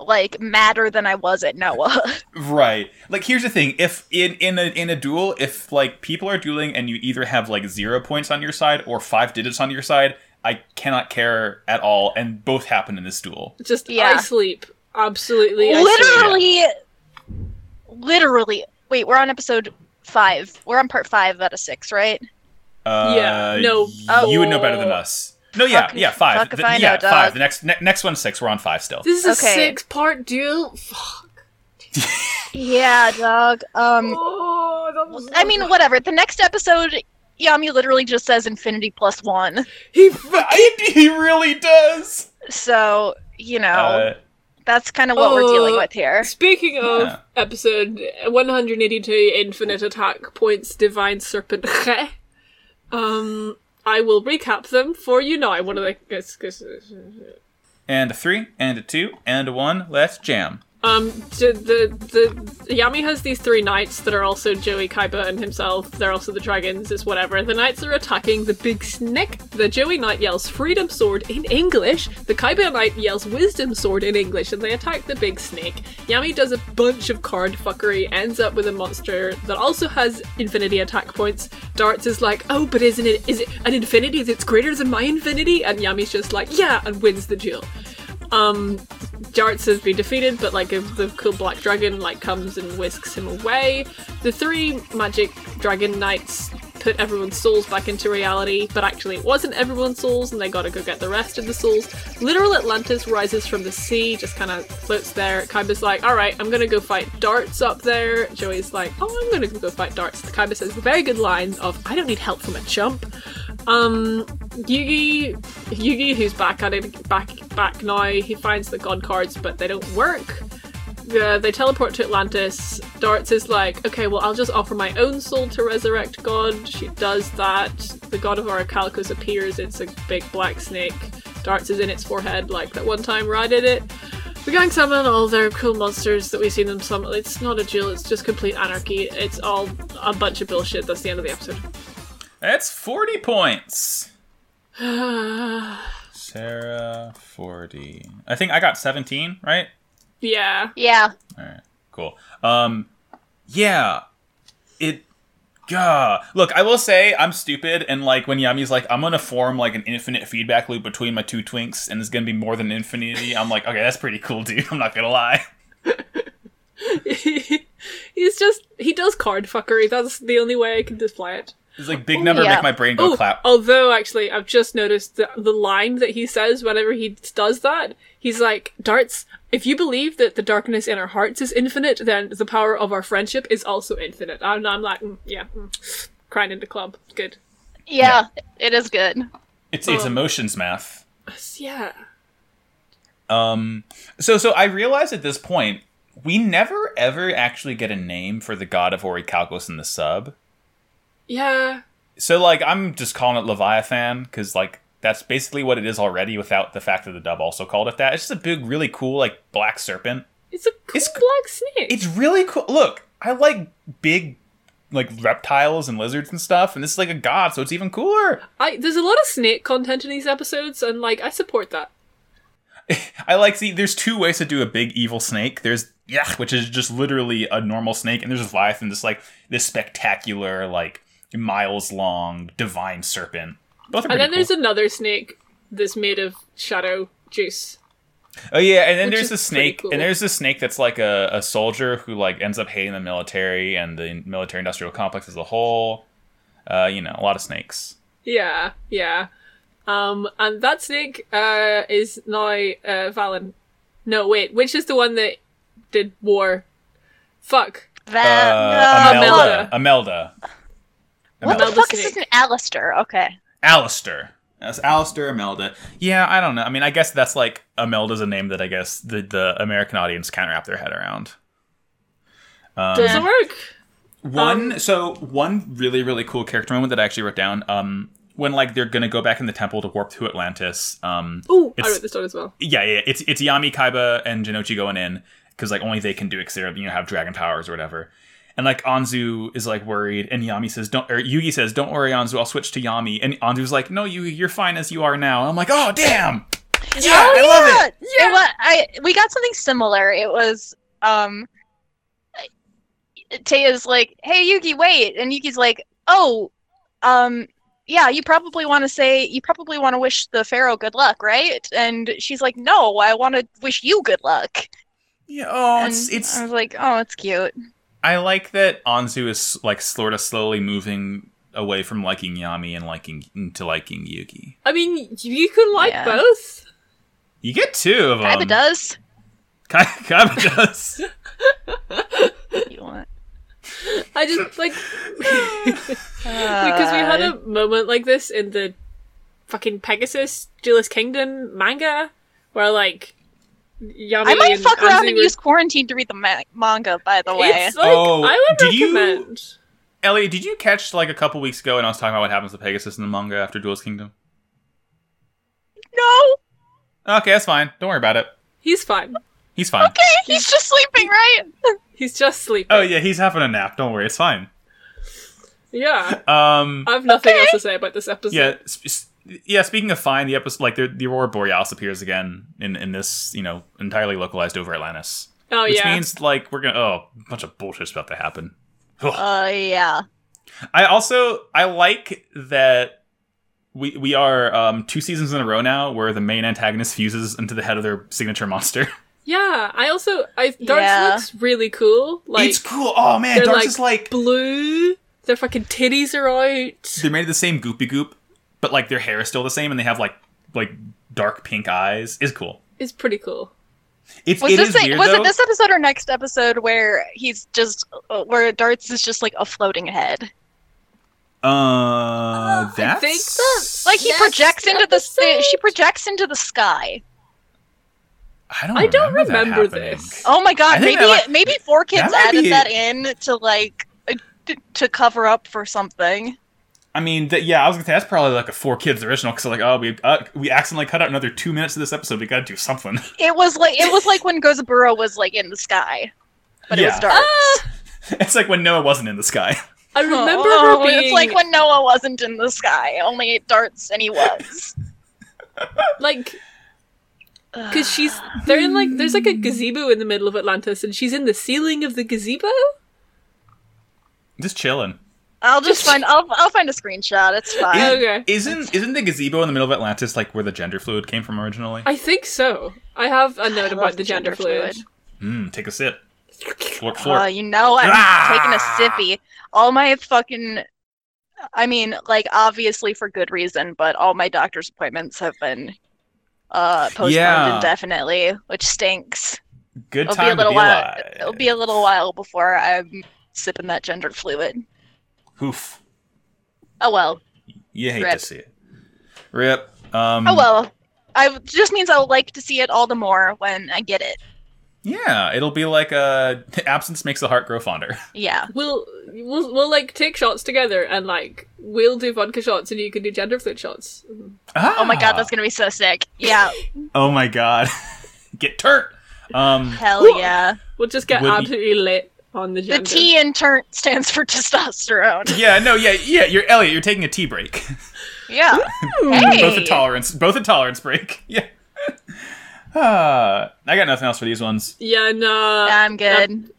Speaker 3: like madder than I was at Noah.
Speaker 2: Right. Like here's the thing, if in in a in a duel, if like people are dueling and you either have like 0 points on your side or 5 digits on your side, I cannot care at all and both happen in this duel.
Speaker 4: Just
Speaker 3: Yeah.
Speaker 4: I sleep. Absolutely. I sleep.
Speaker 3: literally, literally. Wait, we're on episode five. We're on part five out of six, right?
Speaker 2: Uh,
Speaker 4: Yeah, no.
Speaker 2: You would know better than
Speaker 3: Oh.
Speaker 2: us. No, yeah,
Speaker 3: Fuck if-
Speaker 2: yeah, five.
Speaker 3: fuck if
Speaker 2: The-
Speaker 3: I
Speaker 2: yeah,
Speaker 3: know, dog.
Speaker 2: five. The next ne- next one's six. We're on five still.
Speaker 4: This is
Speaker 3: Okay.
Speaker 4: a six part duel. Fuck.
Speaker 3: Yeah, dog. Um,
Speaker 4: Oh, that was-
Speaker 3: I mean, whatever. The next episode, Yami literally just says infinity plus one.
Speaker 4: he
Speaker 2: he really does.
Speaker 3: So you know,
Speaker 2: Uh,
Speaker 3: that's kind of what we're dealing
Speaker 4: Uh,
Speaker 3: with here.
Speaker 4: Speaking of
Speaker 2: Yeah.
Speaker 4: episode 182, Infinite Attack Points Divine Serpent, um, I will recap them for you now. One of the. it's- it's-
Speaker 2: and a three, and a two, and a one. Let's jam.
Speaker 4: Um, the, the, the Yami has these three knights that are also Joey, Kaiba, and himself. They're also the dragons, it's whatever. The knights are attacking the big snake. The Joey knight yells freedom sword in English. The Kaiba knight yells wisdom sword in English, and they attack the big snake. Yami does a bunch of card fuckery, ends up with a monster that also has infinity attack points. Darts is like, oh, but isn't it, is it an infinity that's greater than my infinity? And Yami's just like, yeah, and wins the duel. Um, Jarts has been defeated, but like if the cool black dragon like comes and whisks him away. The three magic dragon knights put everyone's souls back into reality, but actually it wasn't everyone's souls, and they gotta go get the rest of the souls. Literal Atlantis rises from the sea, just kind of floats there. Kaiba's like, all right, I'm gonna go fight Darts up there. Joey's like, oh, I'm gonna go fight Darts. Kaiba says the very good line of, I don't need help from a chump. Um, Yugi, Yugi, who's back at it, back back now. He finds the god cards, but they don't work. Uh, they teleport to Atlantis. Darts is like, okay, well, I'll just offer my own soul to resurrect God. She does that. The god of Orichalcos appears. It's a big black snake. Darts is in its forehead, like that one time Ra did it. The gang summon all their cool monsters that we've seen them summon. It's not a duel, it's just complete anarchy. It's all a bunch of bullshit. That's the end of the episode.
Speaker 2: That's forty points. Sarah, forty. I think I got seventeen. Right.
Speaker 4: Yeah.
Speaker 3: Yeah,
Speaker 2: All right. Cool. Um, yeah. It. Yeah. Look, I will say I'm stupid, and like when Yami's like, I'm gonna form like an infinite feedback loop between my two twinks, and it's gonna be more than infinity. I'm like, okay, that's pretty cool, dude. I'm not gonna lie.
Speaker 4: He's just he does card fuckery. That's the only way I can display it.
Speaker 2: It's like big number
Speaker 3: yeah.
Speaker 2: make my brain go
Speaker 4: Oh,
Speaker 2: clap.
Speaker 4: although actually, I've just noticed that the line that he says whenever he does that, he's like, "Darts, if you believe that the darkness in our hearts is infinite, then the power of our friendship is also infinite." And I'm like, mm, "Yeah, mm, crying into club, good."
Speaker 3: yeah, it is good.
Speaker 2: It's it's
Speaker 4: oh.
Speaker 2: emotions math.
Speaker 4: Yeah,
Speaker 2: Um, so so I realized at this point we never ever actually get a name for the god of Orichalcos in the sub.
Speaker 4: yeah.
Speaker 2: So like I'm just calling it Leviathan because like that's basically what it is already without the fact that the dub also called it that. It's just a big, really cool like black serpent.
Speaker 4: It's a cool
Speaker 2: It's-
Speaker 4: black snake.
Speaker 2: It's really cool. Look, I like big like reptiles and lizards and stuff, and this is like a god, so it's even cooler.
Speaker 4: I there's a lot of snake content in these episodes, and like I support that.
Speaker 2: I like the there's two ways to do a big evil snake. There's yeah, which is just literally a normal snake, and there's Leviathan, just like this spectacular, like miles long divine serpent. Both are
Speaker 4: And
Speaker 2: pretty
Speaker 4: then there's
Speaker 2: cool.
Speaker 4: another snake that's made of shadow juice.
Speaker 2: oh yeah, and then
Speaker 4: which
Speaker 2: there's
Speaker 4: is
Speaker 2: the
Speaker 4: pretty
Speaker 2: snake,
Speaker 4: cool.
Speaker 2: and there's the snake that's like a, a soldier who like ends up hating the military and the military industrial complex as a whole. Uh, you know, a lot of snakes.
Speaker 4: Yeah, yeah. Um, and that snake uh, is now uh, Valen. No, wait, which is the one that did war? Fuck.
Speaker 3: That
Speaker 2: Uh,
Speaker 3: no,
Speaker 2: Amelda, Amelda,
Speaker 3: What the
Speaker 4: Amelda
Speaker 3: fuck is
Speaker 4: Snake.
Speaker 3: this? An Alistair? Okay.
Speaker 2: Alistair. That's Alistair Amelda. Yeah, I don't know. I mean, I guess that's like Amelda's a name that I guess the, the American audience can't wrap their head around.
Speaker 4: Does it work?
Speaker 2: One so one really really cool character moment that I actually wrote down. Um, when like they're gonna go back in the temple to warp to Atlantis. Um,
Speaker 4: Ooh, I
Speaker 2: It's-
Speaker 4: wrote this down as well.
Speaker 2: yeah, yeah, it's it's Yami, Kaiba, and Jinochi going in because like only they can do it. 'cause They you know have dragon powers or whatever. And like Anzu is like worried, and Yami says, "Don't." Or Yugi says, "Don't worry, Anzu. I'll switch to Yami." And Anzu's like, "No, Yugi, you're fine as you are now." And I'm like, "Oh, damn! Yeah, I love it."
Speaker 3: Oh, Yeah. It wa- I we got something similar. It was um I- Taya's like, "Hey Yuki, wait." And Yuki's like, "Oh, um yeah, you probably want to say you probably want to wish the pharaoh good luck, right?" And she's like, "No, I want to wish you good luck."
Speaker 2: Yeah, oh,
Speaker 3: and
Speaker 2: it's it's.
Speaker 3: I was like, "Oh, it's cute."
Speaker 2: I like that Anzu is like sort of slowly moving away from liking Yami and liking into liking Yugi.
Speaker 4: I mean, you can like
Speaker 3: Yeah.
Speaker 4: both.
Speaker 2: You get two of them.
Speaker 3: Kaiba does.
Speaker 2: Kai- Kaiba does.
Speaker 3: You want
Speaker 4: I just like
Speaker 2: Uh,
Speaker 4: because we had
Speaker 3: Uh,
Speaker 4: a moment like this in the fucking Pegasus Duelist Kingdom manga, where like Yami
Speaker 3: I might
Speaker 4: and
Speaker 3: fuck around
Speaker 4: Anzu
Speaker 3: and
Speaker 4: were-
Speaker 3: use quarantine to read the ma- manga, by the way.
Speaker 4: It's like
Speaker 2: Oh,
Speaker 4: I would
Speaker 2: did you-
Speaker 4: recommend.
Speaker 2: Elliot, did you catch like a couple weeks ago when I was talking about what happens to Pegasus in the manga after Duel's Kingdom?
Speaker 3: no,
Speaker 2: Okay, that's fine. Don't worry about it.
Speaker 4: He's fine.
Speaker 2: He's fine.
Speaker 3: okay, he's just sleeping, right?
Speaker 4: He's just sleeping.
Speaker 2: Oh yeah, he's having a nap. Don't worry, it's fine.
Speaker 4: yeah.
Speaker 2: Um,
Speaker 4: I have nothing
Speaker 3: Okay.
Speaker 4: else to say about this episode.
Speaker 2: yeah, sp- s- yeah. Speaking of fine, the episode like the, the Aurora Borealis appears again in in this you know entirely localized over Atlantis,
Speaker 4: Oh
Speaker 2: which
Speaker 4: yeah.
Speaker 2: means like we're gonna oh a bunch of bullshit's about to happen. Ugh.
Speaker 3: Uh, yeah.
Speaker 2: I also I like that we we are um, two seasons in a row now where the main antagonist fuses into the head of their signature monster.
Speaker 4: Yeah. I also I Darts
Speaker 3: Yeah.
Speaker 4: looks really cool. Like
Speaker 2: it's cool. Oh man,
Speaker 4: they're,
Speaker 2: Dark's
Speaker 4: like,
Speaker 2: is like
Speaker 4: blue. Their fucking titties are out.
Speaker 2: they're made of the same goopy goop, but like their hair is still the same, and they have like like dark pink eyes. Is cool.
Speaker 4: It's pretty cool.
Speaker 2: It's
Speaker 3: Was
Speaker 2: it
Speaker 3: this
Speaker 2: is
Speaker 3: a-
Speaker 2: weird
Speaker 3: was
Speaker 2: though.
Speaker 3: it this episode or next episode where he's just uh, where Darts is just like a floating head?
Speaker 2: uh, that's
Speaker 4: I think that's-
Speaker 3: Like he
Speaker 4: Next
Speaker 3: projects into the
Speaker 4: episode?
Speaker 3: she projects into the sky.
Speaker 2: I don't.
Speaker 4: I don't
Speaker 2: that
Speaker 4: remember
Speaker 2: happening.
Speaker 4: this.
Speaker 3: Oh my
Speaker 2: I
Speaker 3: god!
Speaker 2: think that,
Speaker 3: Maybe
Speaker 2: like,
Speaker 3: maybe four kids
Speaker 2: might
Speaker 3: added
Speaker 2: be-
Speaker 3: that in to like uh, t- to cover up for something.
Speaker 2: I mean, that yeah, I was gonna say that's probably like a four kids original because like oh we uh, we accidentally cut out another two minutes of this episode. We got to do something.
Speaker 3: It was like it was like when Gozaburo was like in the sky, but it was
Speaker 2: Yeah.
Speaker 3: dark.
Speaker 2: it's like when Noah wasn't in the sky.
Speaker 4: I Ah, remember
Speaker 3: Oh,
Speaker 4: her being
Speaker 3: it's like when Noah wasn't in the sky, only Darts and he was.
Speaker 4: like because she's they're in like there's like a gazebo in the middle of Atlantis and she's in the ceiling of the gazebo.
Speaker 2: Just chilling.
Speaker 3: I'll just find I'll I'll find a screenshot. It's fine.
Speaker 4: Yeah. Okay.
Speaker 2: Isn't isn't the gazebo in the middle of Atlantis like where the gender fluid came from originally?
Speaker 4: I think so. I have a note
Speaker 3: love
Speaker 4: about
Speaker 3: the
Speaker 4: the
Speaker 3: gender
Speaker 4: gender, fluid.
Speaker 2: Mm, take a sip. Flort,
Speaker 3: Uh,
Speaker 2: flort.
Speaker 3: you know, I'm
Speaker 2: Ah!
Speaker 3: taking a sippy. All my fucking, I mean, like obviously for good reason, but all my doctor's appointments have been uh postponed
Speaker 2: Yeah.
Speaker 3: indefinitely, which stinks.
Speaker 2: Good
Speaker 3: It'll be a
Speaker 2: time to
Speaker 3: little
Speaker 2: be
Speaker 3: while.
Speaker 2: alive.
Speaker 3: It'll be a little while before I'm sipping that gender fluid.
Speaker 2: Oof.
Speaker 3: Oh well.
Speaker 2: You hate to
Speaker 3: Rip.
Speaker 2: see it. Rip. Um,
Speaker 3: Oh well. I it just means I'll like to see it all the more when I get it.
Speaker 2: Yeah, it'll be like a absence makes the heart grow fonder.
Speaker 3: Yeah.
Speaker 4: We'll we'll we'll like take shots together and like we'll do vodka shots and you can do gender fluid shots.
Speaker 3: Oh my
Speaker 2: Ah.
Speaker 3: god, that's gonna be so sick. Yeah.
Speaker 2: Oh my god. Get turnt. Um,
Speaker 3: Hell
Speaker 4: Woo.
Speaker 3: yeah.
Speaker 4: We'll just get
Speaker 2: Would you-
Speaker 4: absolutely lit on the
Speaker 3: The
Speaker 4: gender.
Speaker 3: T in turn stands for testosterone.
Speaker 2: yeah, no, yeah, yeah. You're Elliot. You're taking a tea break.
Speaker 3: Yeah.
Speaker 2: both a
Speaker 3: hey.
Speaker 2: tolerance, both a tolerance break. Yeah. Ah, I got nothing else for these ones.
Speaker 4: Yeah. No.
Speaker 2: Uh,
Speaker 3: I'm good.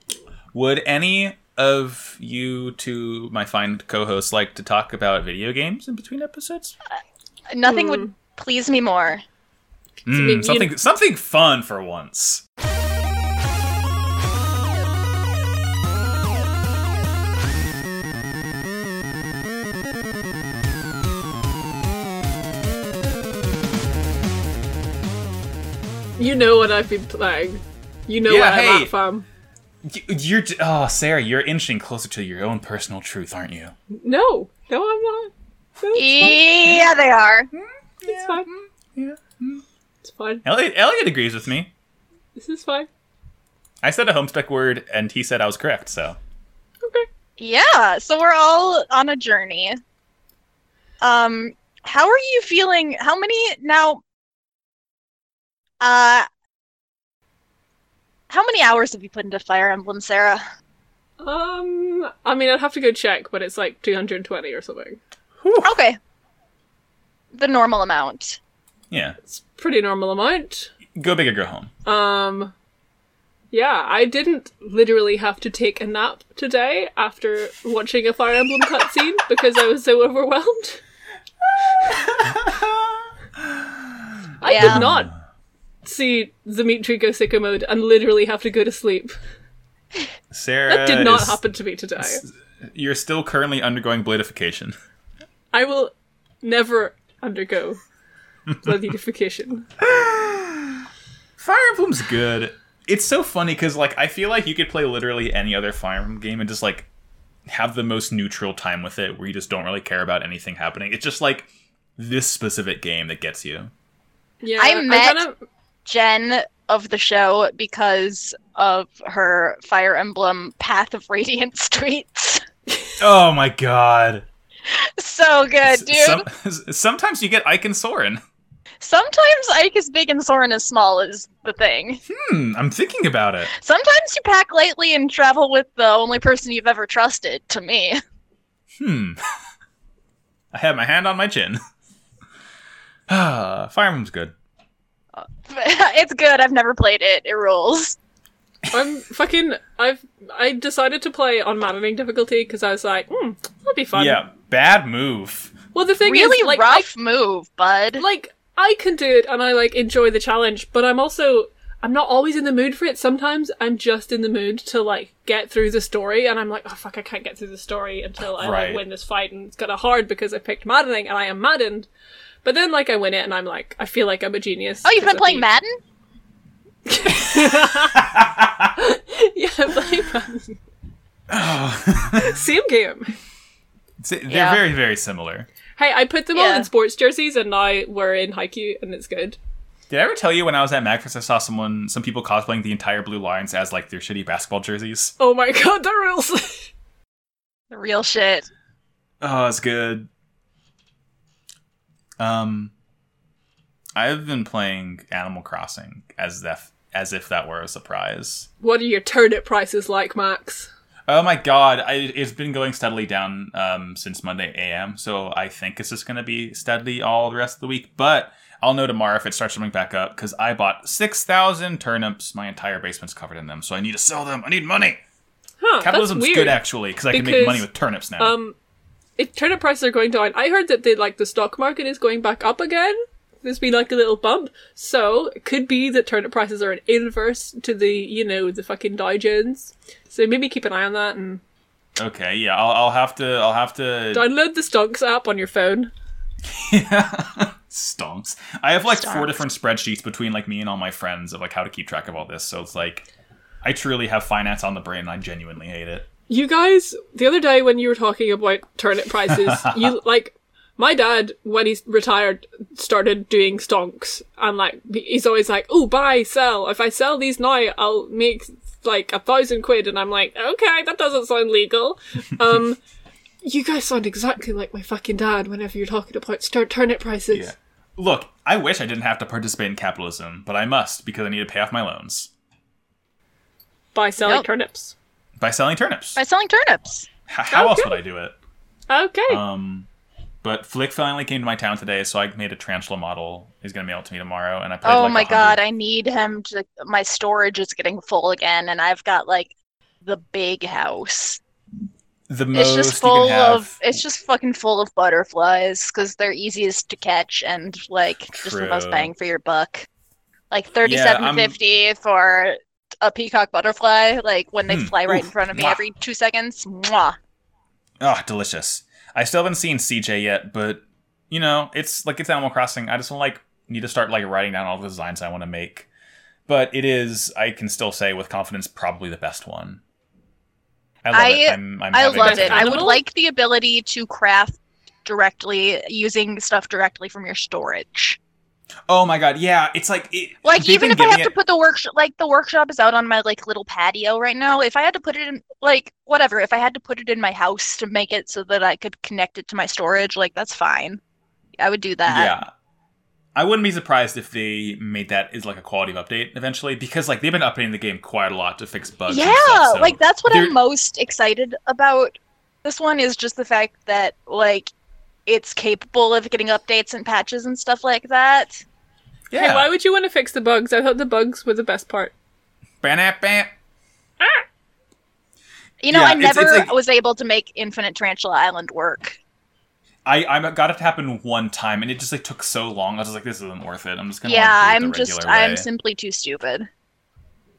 Speaker 2: Would any of you two, my fine co-hosts, like to talk about video games in between episodes?
Speaker 3: Nothing
Speaker 2: hmm.
Speaker 3: would please me more.
Speaker 2: Mm,
Speaker 4: mean, you-
Speaker 2: something, something fun for once.
Speaker 4: You know what I've been playing. You know
Speaker 2: Yeah,
Speaker 4: what I'm
Speaker 2: hey.
Speaker 4: at, fam.
Speaker 2: Y- You're, j- oh, Sarah, you're inching closer to your own personal truth, aren't you?
Speaker 4: No. No, I'm not. No, it's
Speaker 3: Yeah, they are.
Speaker 4: fine.
Speaker 2: Yeah. mm.
Speaker 4: It's fine.
Speaker 2: Elliot, Elliot agrees with me.
Speaker 4: This is fine.
Speaker 2: I said a Homestuck word, and he said I was correct. So
Speaker 4: Okay.
Speaker 3: Yeah, so we're all on a journey. Um How are you feeling? How many now? Uh, how many hours have you put into Fire Emblem, Sarah?
Speaker 4: Um, I mean, I'd have to go check, but it's like 220 or something.
Speaker 3: Okay, the normal amount.
Speaker 2: Yeah.
Speaker 4: It's pretty normal amount.
Speaker 2: Go big or go home.
Speaker 4: Um, yeah, I didn't literally have to take a nap today after watching a Fire Emblem cutscene because I was so overwhelmed. I
Speaker 3: Yeah.
Speaker 4: did not see Dimitri go sicko mode and literally have to go to sleep.
Speaker 2: Sarah.
Speaker 4: That did not
Speaker 2: is-
Speaker 4: happen to me today.
Speaker 2: You're still currently undergoing bladification.
Speaker 4: I will never undergo blood unification.
Speaker 2: Fire Emblem's good. It's so funny because like I feel like you could play literally any other Fire Emblem game and just like have the most neutral time with it, where you just don't really care about anything happening. It's just like this specific game that gets you.
Speaker 4: Yeah,
Speaker 3: I
Speaker 4: I'm
Speaker 3: met-
Speaker 4: kinda-
Speaker 3: Jen of the show because of her Fire Emblem Path of Radiance tweets.
Speaker 2: Oh my god!
Speaker 3: So good,
Speaker 2: S-
Speaker 3: dude.
Speaker 2: some- sometimes you get Ike and Soren.
Speaker 3: Sometimes Ike is big and Soren is small is the thing.
Speaker 2: Hmm, I'm thinking about it.
Speaker 3: Sometimes you pack lightly and travel with the only person you've ever trusted. To me,
Speaker 2: Hmm. I had my hand on my chin. Ah, Fire Emblem's good.
Speaker 3: it's good. I've never played it. It rules.
Speaker 4: I'm fucking. I've I decided to play on maddening difficulty because I was like, hmm, that'd be fun.
Speaker 2: Yeah, bad move.
Speaker 4: Well, the thing
Speaker 3: really
Speaker 4: is, like,
Speaker 3: rough move, bud.
Speaker 4: I, like I can do it, and I like enjoy the challenge, but I'm also I'm not always in the mood for it. Sometimes I'm just in the mood to like get through the story, and I'm like, oh fuck, I can't get through the story until I
Speaker 2: Right.
Speaker 4: like, win this fight, and it's kind of hard because I picked maddening, and I am maddened. But then, like, I win it, and I'm like, I feel like I'm a genius.
Speaker 3: oh, you've
Speaker 4: 'cause
Speaker 3: been
Speaker 4: I
Speaker 3: playing
Speaker 4: beat-
Speaker 3: Madden?
Speaker 4: yeah, I'm playing Madden. Same game.
Speaker 2: It's- They're
Speaker 3: Yeah.
Speaker 2: very, very similar.
Speaker 4: Hey, I put them all
Speaker 3: Yeah.
Speaker 4: in sports jerseys, and now we're in haiku, and it's good.
Speaker 2: Did I ever tell you when I was at Magfest, I saw someone, some people cosplaying the entire Blue Lions as like their shitty basketball jerseys?
Speaker 4: Oh my god, the rules!
Speaker 3: The real shit.
Speaker 2: Oh, it's good. Um, I've been playing Animal Crossing as if as if that were a surprise.
Speaker 4: what are your turnip prices like, Max?
Speaker 2: Oh my god, I, it's been going steadily down um, since Monday AM, so I think it's just going to be steadily all the rest of the week. But I'll know tomorrow if it starts coming back up because I bought 6,000 turnips. My entire basement's covered in them, so I need to sell them. I need money.
Speaker 4: Huh,
Speaker 2: Capitalism's
Speaker 4: that's weird.
Speaker 2: good actually because I can make
Speaker 4: Because,
Speaker 2: money with turnips now.
Speaker 4: Um, if turnip prices are going down, I heard that they like the stock market is going back up again. There's been like a little bump, so it could be that turnip prices are an inverse to the you know the fucking Dow Jones. So maybe keep an eye on that and
Speaker 2: okay, yeah, I'll, I'll have to. I'll have to.
Speaker 4: download the stocks app on your phone.
Speaker 2: Stonks. I have like four
Speaker 3: Stonks.
Speaker 2: different spreadsheets between like me and all my friends of like how to keep track of all this. So it's like, I truly have finance on the brain. and I genuinely hate it.
Speaker 4: You guys, the other day when you were talking about turnip prices, you like my dad when he's retired started doing stonks and like he's always like, "Oh, buy, sell. If I sell these now, I'll make like a thousand quid." And I'm like, "Okay, that doesn't sound legal." Um, you guys sound exactly like my fucking dad whenever you're talking about star- turnip prices.
Speaker 2: Yeah. Look, I wish I didn't have to participate in capitalism, but I must because I need to pay off my loans
Speaker 4: Buy selling
Speaker 3: Yep.
Speaker 4: turnips.
Speaker 2: by selling turnips.
Speaker 3: By selling turnips.
Speaker 2: H- how else
Speaker 4: Okay.
Speaker 2: would I do it?
Speaker 4: Okay.
Speaker 2: Um, but Flick finally came to my town today, so I made a tarantula model. He's gonna mail it to me tomorrow, and I played.
Speaker 3: Oh
Speaker 2: like
Speaker 3: my
Speaker 2: 100
Speaker 3: god, I need him to. My storage is getting full again, and I've got like the big house.
Speaker 2: The most
Speaker 3: it's just
Speaker 2: you
Speaker 3: full
Speaker 2: can have.
Speaker 3: of. It's just fucking full of butterflies because they're easiest to catch and like just the most
Speaker 2: True.
Speaker 3: bang for your buck. Like
Speaker 2: Yeah,
Speaker 3: thirty-seven
Speaker 2: I'm-
Speaker 3: fifty for a peacock butterfly. Like when they
Speaker 2: Mm,
Speaker 3: fly right
Speaker 2: oof,
Speaker 3: in front of me
Speaker 2: mwah.
Speaker 3: every two seconds. Mwah.
Speaker 2: Oh, delicious. I still haven't seen CJ yet, but you know, it's like it's Animal Crossing. I just don't like need to start like writing down all the designs I want to make. But it is, I can still say with confidence, probably the best one. I love
Speaker 3: I-
Speaker 2: it. I'm, I'm
Speaker 3: I
Speaker 2: having
Speaker 3: love
Speaker 2: a
Speaker 4: that
Speaker 3: it.
Speaker 2: good
Speaker 3: I
Speaker 2: time.
Speaker 3: would
Speaker 4: animal?
Speaker 3: like the ability to craft directly using stuff directly from your storage.
Speaker 2: Oh my god, yeah. It's like it,
Speaker 3: Like
Speaker 2: they've
Speaker 3: even
Speaker 2: been
Speaker 3: if I have
Speaker 2: giving
Speaker 3: to
Speaker 2: it-
Speaker 3: put the workshop, like the workshop is out on my like little patio right now. If I had to put it in, like whatever, if I had to put it in my house to make it so that I could connect it to my storage, like that's fine. I would do that.
Speaker 2: yeah. I wouldn't be surprised if they made that is like a quality of update eventually because like they've been updating the game quite a lot to fix bugs. and
Speaker 3: yeah,
Speaker 2: stuff, so
Speaker 3: like that's what
Speaker 2: there-
Speaker 3: I'm most excited about. This one is just the fact that like it's capable of getting updates and patches and stuff like that.
Speaker 2: yeah.
Speaker 4: Hey, why would you want to fix the bugs? I thought the bugs were the best part.
Speaker 2: Ba-na-ba.
Speaker 3: You know,
Speaker 2: Yeah,
Speaker 3: I
Speaker 2: it's- it's
Speaker 3: never
Speaker 2: like-
Speaker 3: was able to make Infinite Tarantula Island work.
Speaker 2: I I got it to happen one time and it just like took so long. I was just like, this isn't worth it. I'm just gonna.
Speaker 3: Yeah,
Speaker 2: like, do it
Speaker 3: I'm
Speaker 2: the
Speaker 3: just
Speaker 2: regular way.
Speaker 3: I'm simply too stupid.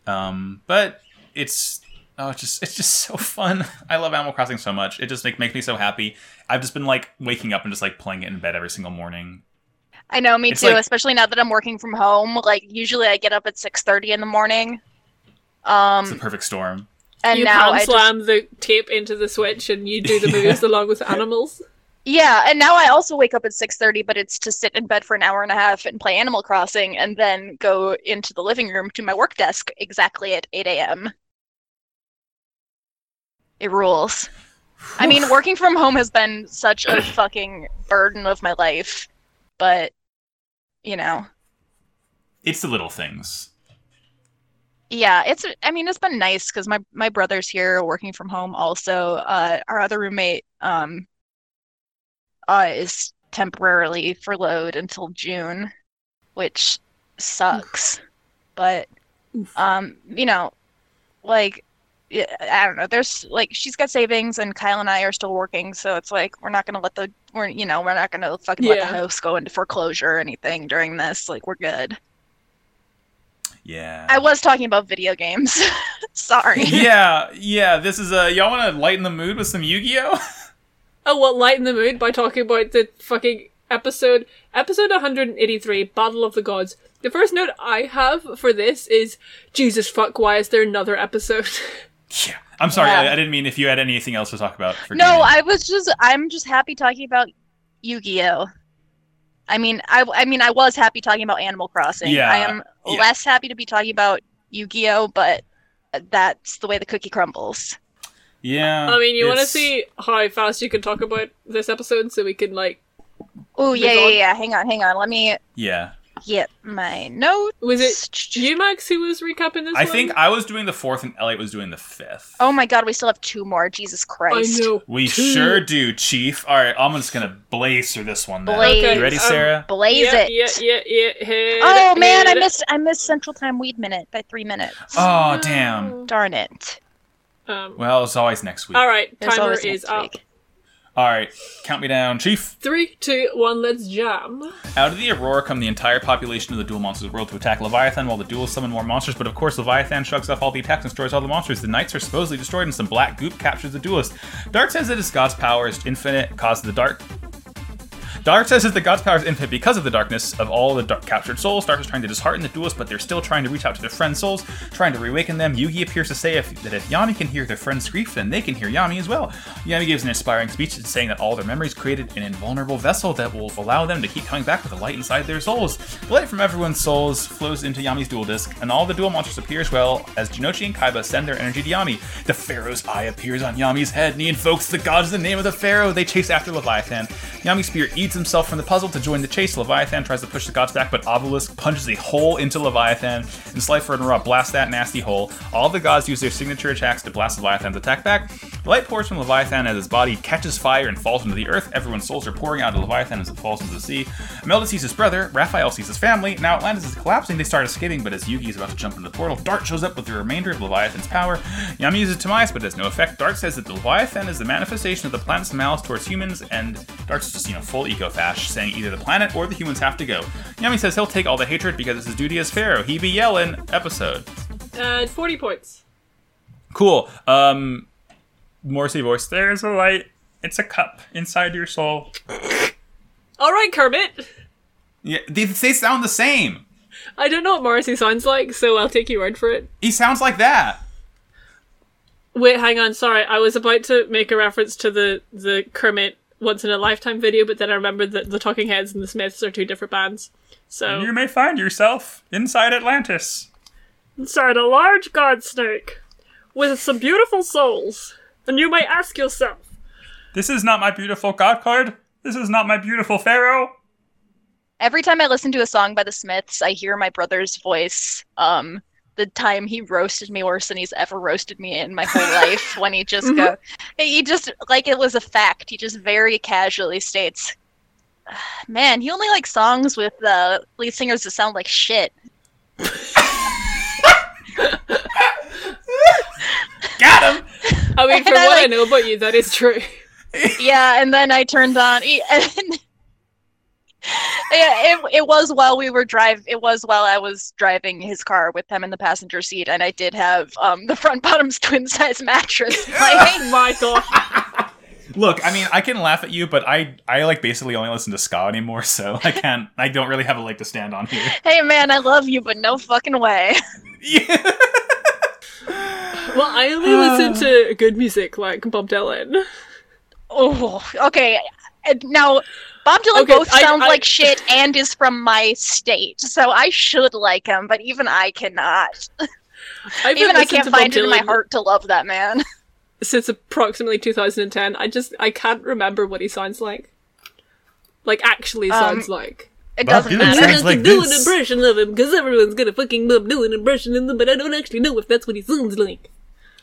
Speaker 2: Um, but it's oh, it's just it's just so fun. I love Animal Crossing so much. It just like makes me so happy. I've just been like waking up and just like playing it in bed every single morning.
Speaker 3: I know, me
Speaker 2: It's
Speaker 3: too.
Speaker 2: like-
Speaker 3: especially now that I'm working from home. Like usually, I get up at six thirty in the morning. Um,
Speaker 2: It's the perfect storm.
Speaker 3: and
Speaker 4: you
Speaker 3: now
Speaker 4: palm
Speaker 3: I just,
Speaker 4: slam the tape into the switch and you do the moves along with the animals.
Speaker 3: yeah, and now I also wake up at six thirty, but it's to sit in bed for an hour and a half and play Animal Crossing, and then go into the living room to my work desk exactly at eight a.m. It rules. I mean, working from home has been such a fucking burden of my life, but you know,
Speaker 2: It's the little things.
Speaker 3: Yeah, it's I mean it's been nice because my my brother's here working from home also. Uh our other roommate um uh is temporarily furloughed until June, which sucks. But
Speaker 4: Oof.
Speaker 3: um you know, like yeah, I don't know. There's like she's got savings and Kyle and I are still working, so it's like we're not gonna let the we're you know, we're not gonna fucking let the
Speaker 4: Yeah.
Speaker 3: house go into foreclosure or anything during this. Like we're good.
Speaker 2: Yeah.
Speaker 3: I was talking about video games. Sorry.
Speaker 2: yeah, yeah. This is uh y'all want to lighten the mood with some Yu-Gi-Oh?
Speaker 4: Oh, well, lighten the mood by talking about the fucking episode, episode 183, Battle of the Gods. The first note I have for this is, Jesus fuck, why is there another episode?
Speaker 2: yeah. I'm sorry.
Speaker 3: Yeah.
Speaker 2: I, I didn't mean if you had anything else to talk about. For
Speaker 3: No,
Speaker 2: gaming.
Speaker 3: I was just I'm just happy talking about Yu-Gi-Oh. I mean, I I mean I was happy talking about Animal Crossing.
Speaker 2: Yeah,
Speaker 3: I am
Speaker 2: yeah.
Speaker 3: less happy to be talking about Yu-Gi-Oh, but that's the way the cookie crumbles.
Speaker 2: Yeah.
Speaker 4: I mean, you want to
Speaker 2: it's-
Speaker 4: see how fast you can talk about this episode so we can, like,
Speaker 3: Oh, yeah,
Speaker 4: Move
Speaker 3: yeah,
Speaker 4: on.
Speaker 3: yeah. Hang on, hang on. Let me
Speaker 2: Yeah.
Speaker 3: get my notes.
Speaker 4: was it you, Max, who was recapping this
Speaker 2: I
Speaker 4: one?
Speaker 2: think I was doing the fourth and Elliot was doing the fifth.
Speaker 3: Oh my god, we still have two more. Jesus
Speaker 4: I
Speaker 3: Christ.
Speaker 4: know.
Speaker 2: We
Speaker 4: Two.
Speaker 2: sure do, Chief. All right, I'm just gonna blaze through this one. Then.
Speaker 3: Blaze.
Speaker 2: You ready,
Speaker 4: Um,
Speaker 2: Sarah?
Speaker 3: Blaze
Speaker 4: yeah,
Speaker 3: it.
Speaker 4: Yeah, yeah, yeah. Hit
Speaker 3: oh
Speaker 4: it,
Speaker 3: man, I
Speaker 4: hit it.
Speaker 3: missed I missed Central Time Weed Minute by 3 minutes.
Speaker 2: Oh damn.
Speaker 3: Darn it.
Speaker 4: Um,
Speaker 2: Well, it's always next week.
Speaker 4: all right,
Speaker 3: There's
Speaker 4: timer
Speaker 3: always
Speaker 4: is
Speaker 3: next
Speaker 4: up.
Speaker 3: week.
Speaker 2: All right, count me down, Chief.
Speaker 4: Three, two, one. Let's jam.
Speaker 2: Out of the Aurora come the entire population of the Duel Monsters world to attack Leviathan while the Duel summon more monsters, but of course Leviathan shrugs off all the attacks and destroys all the monsters. The Knights are supposedly destroyed and some black goop captures the Duelist. Dark says that his god's power is infinite, causes the dark Dark says that the god's power is infinite because of the darkness of all the dark captured souls. Dark is trying to dishearten the duelists, but they're still trying to reach out to their friends' souls, trying to reawaken them. Yugi appears to say if, that if Yami can hear their friend's grief, then they can hear Yami as well. Yami gives an inspiring speech saying that all their memories created an invulnerable vessel that will allow them to keep coming back with the light inside their souls. The light from everyone's souls flows into Yami's duel disc, and all the duel monsters appear as well as Jinochi and Kaiba send their energy to Yami. The Pharaoh's eye appears on Yami's head, and he invokes the gods in the name of the Pharaoh. They chase after Leviathan. Yami Spear eats himself from the puzzle to join the chase. Leviathan tries to push the gods back, but Obelisk punches a hole into Leviathan, and Slifer and Ra blast that nasty hole. All the gods use their signature attacks to blast Leviathan's attack back. The light pours from Leviathan as his body catches fire and falls into the earth. Everyone's souls are pouring out of Leviathan as it falls into the sea. Imelda sees his brother, Raphael sees his family. Now Atlantis is collapsing, they start escaping, but as Yugi is about to jump into the portal, Dart shows up with the remainder of Leviathan's power. Yami uses Tamias, but it has no effect. Dart says that the Leviathan is the manifestation of the planet's malice towards humans, and Dart's just, you know, full eco fash, saying either the planet or the humans have to go. Yami says he'll take all the hatred because it's his duty as Pharaoh. He be yelling episode.
Speaker 4: Uh, forty points.
Speaker 2: Cool. Um Morrissey voice, there's a light. It's a cup inside your soul.
Speaker 4: All right, Kermit.
Speaker 2: Yeah, they, they sound the same.
Speaker 4: I don't know what Morrissey sounds like, so I'll take your word for it.
Speaker 2: He sounds like that.
Speaker 4: Wait, hang on. Sorry, I was about to make a reference to the the Kermit once in a lifetime video, but then I remembered that the Talking Heads and the Smiths are two different bands. So
Speaker 2: You may find yourself inside Atlantis.
Speaker 4: inside a large god snake with some beautiful souls, and you may ask yourself,
Speaker 2: This is not my beautiful god card. This is not my beautiful pharaoh.
Speaker 3: Every time I listen to a song by the Smiths, I hear my brother's voice. Um, the time he roasted me worse than he's ever roasted me in my whole life. When he just
Speaker 4: Mm-hmm.
Speaker 3: go, he just like it was a fact. He just very casually states, "Ah, "Man, he only likes songs with uh, lead singers that sound like shit."
Speaker 2: Got him.
Speaker 4: I mean, from
Speaker 3: And I,
Speaker 4: what I
Speaker 3: like-
Speaker 4: know about you, that is true.
Speaker 3: yeah, and then I turned on. e- And yeah, it, it was while we were drive. It was while I was driving his car with him in the passenger seat, and I did have um, the front bottom's twin size mattress. playing.
Speaker 4: My God,
Speaker 2: Look, I mean, I can laugh at you, but I I like basically only listen to ska anymore, so I can't. I don't really have a leg to stand on here.
Speaker 3: hey man, I love you, but no fucking way.
Speaker 2: Yeah.
Speaker 4: well, I only listen to good music like Bob Dylan.
Speaker 3: Oh, okay. And Now, Bob Dylan
Speaker 4: Okay,
Speaker 3: both
Speaker 4: I-
Speaker 3: sounds
Speaker 4: I-
Speaker 3: like shit and is from my state, so I should like him, but even I cannot.
Speaker 4: I've been
Speaker 3: Even I
Speaker 4: listening
Speaker 3: can't
Speaker 4: to Bob
Speaker 3: find it in my
Speaker 4: Dylan
Speaker 3: heart to love that man.
Speaker 4: since approximately 2010. I just I can't remember what he sounds like. Like actually sounds like.
Speaker 3: It
Speaker 2: Bob
Speaker 3: doesn't
Speaker 2: Dylan
Speaker 3: matter.
Speaker 2: sounds- like
Speaker 4: do an
Speaker 2: this.
Speaker 4: impression of him because everyone's got a fucking Bob Dylan impression in them, but I don't actually know if that's what he sounds like.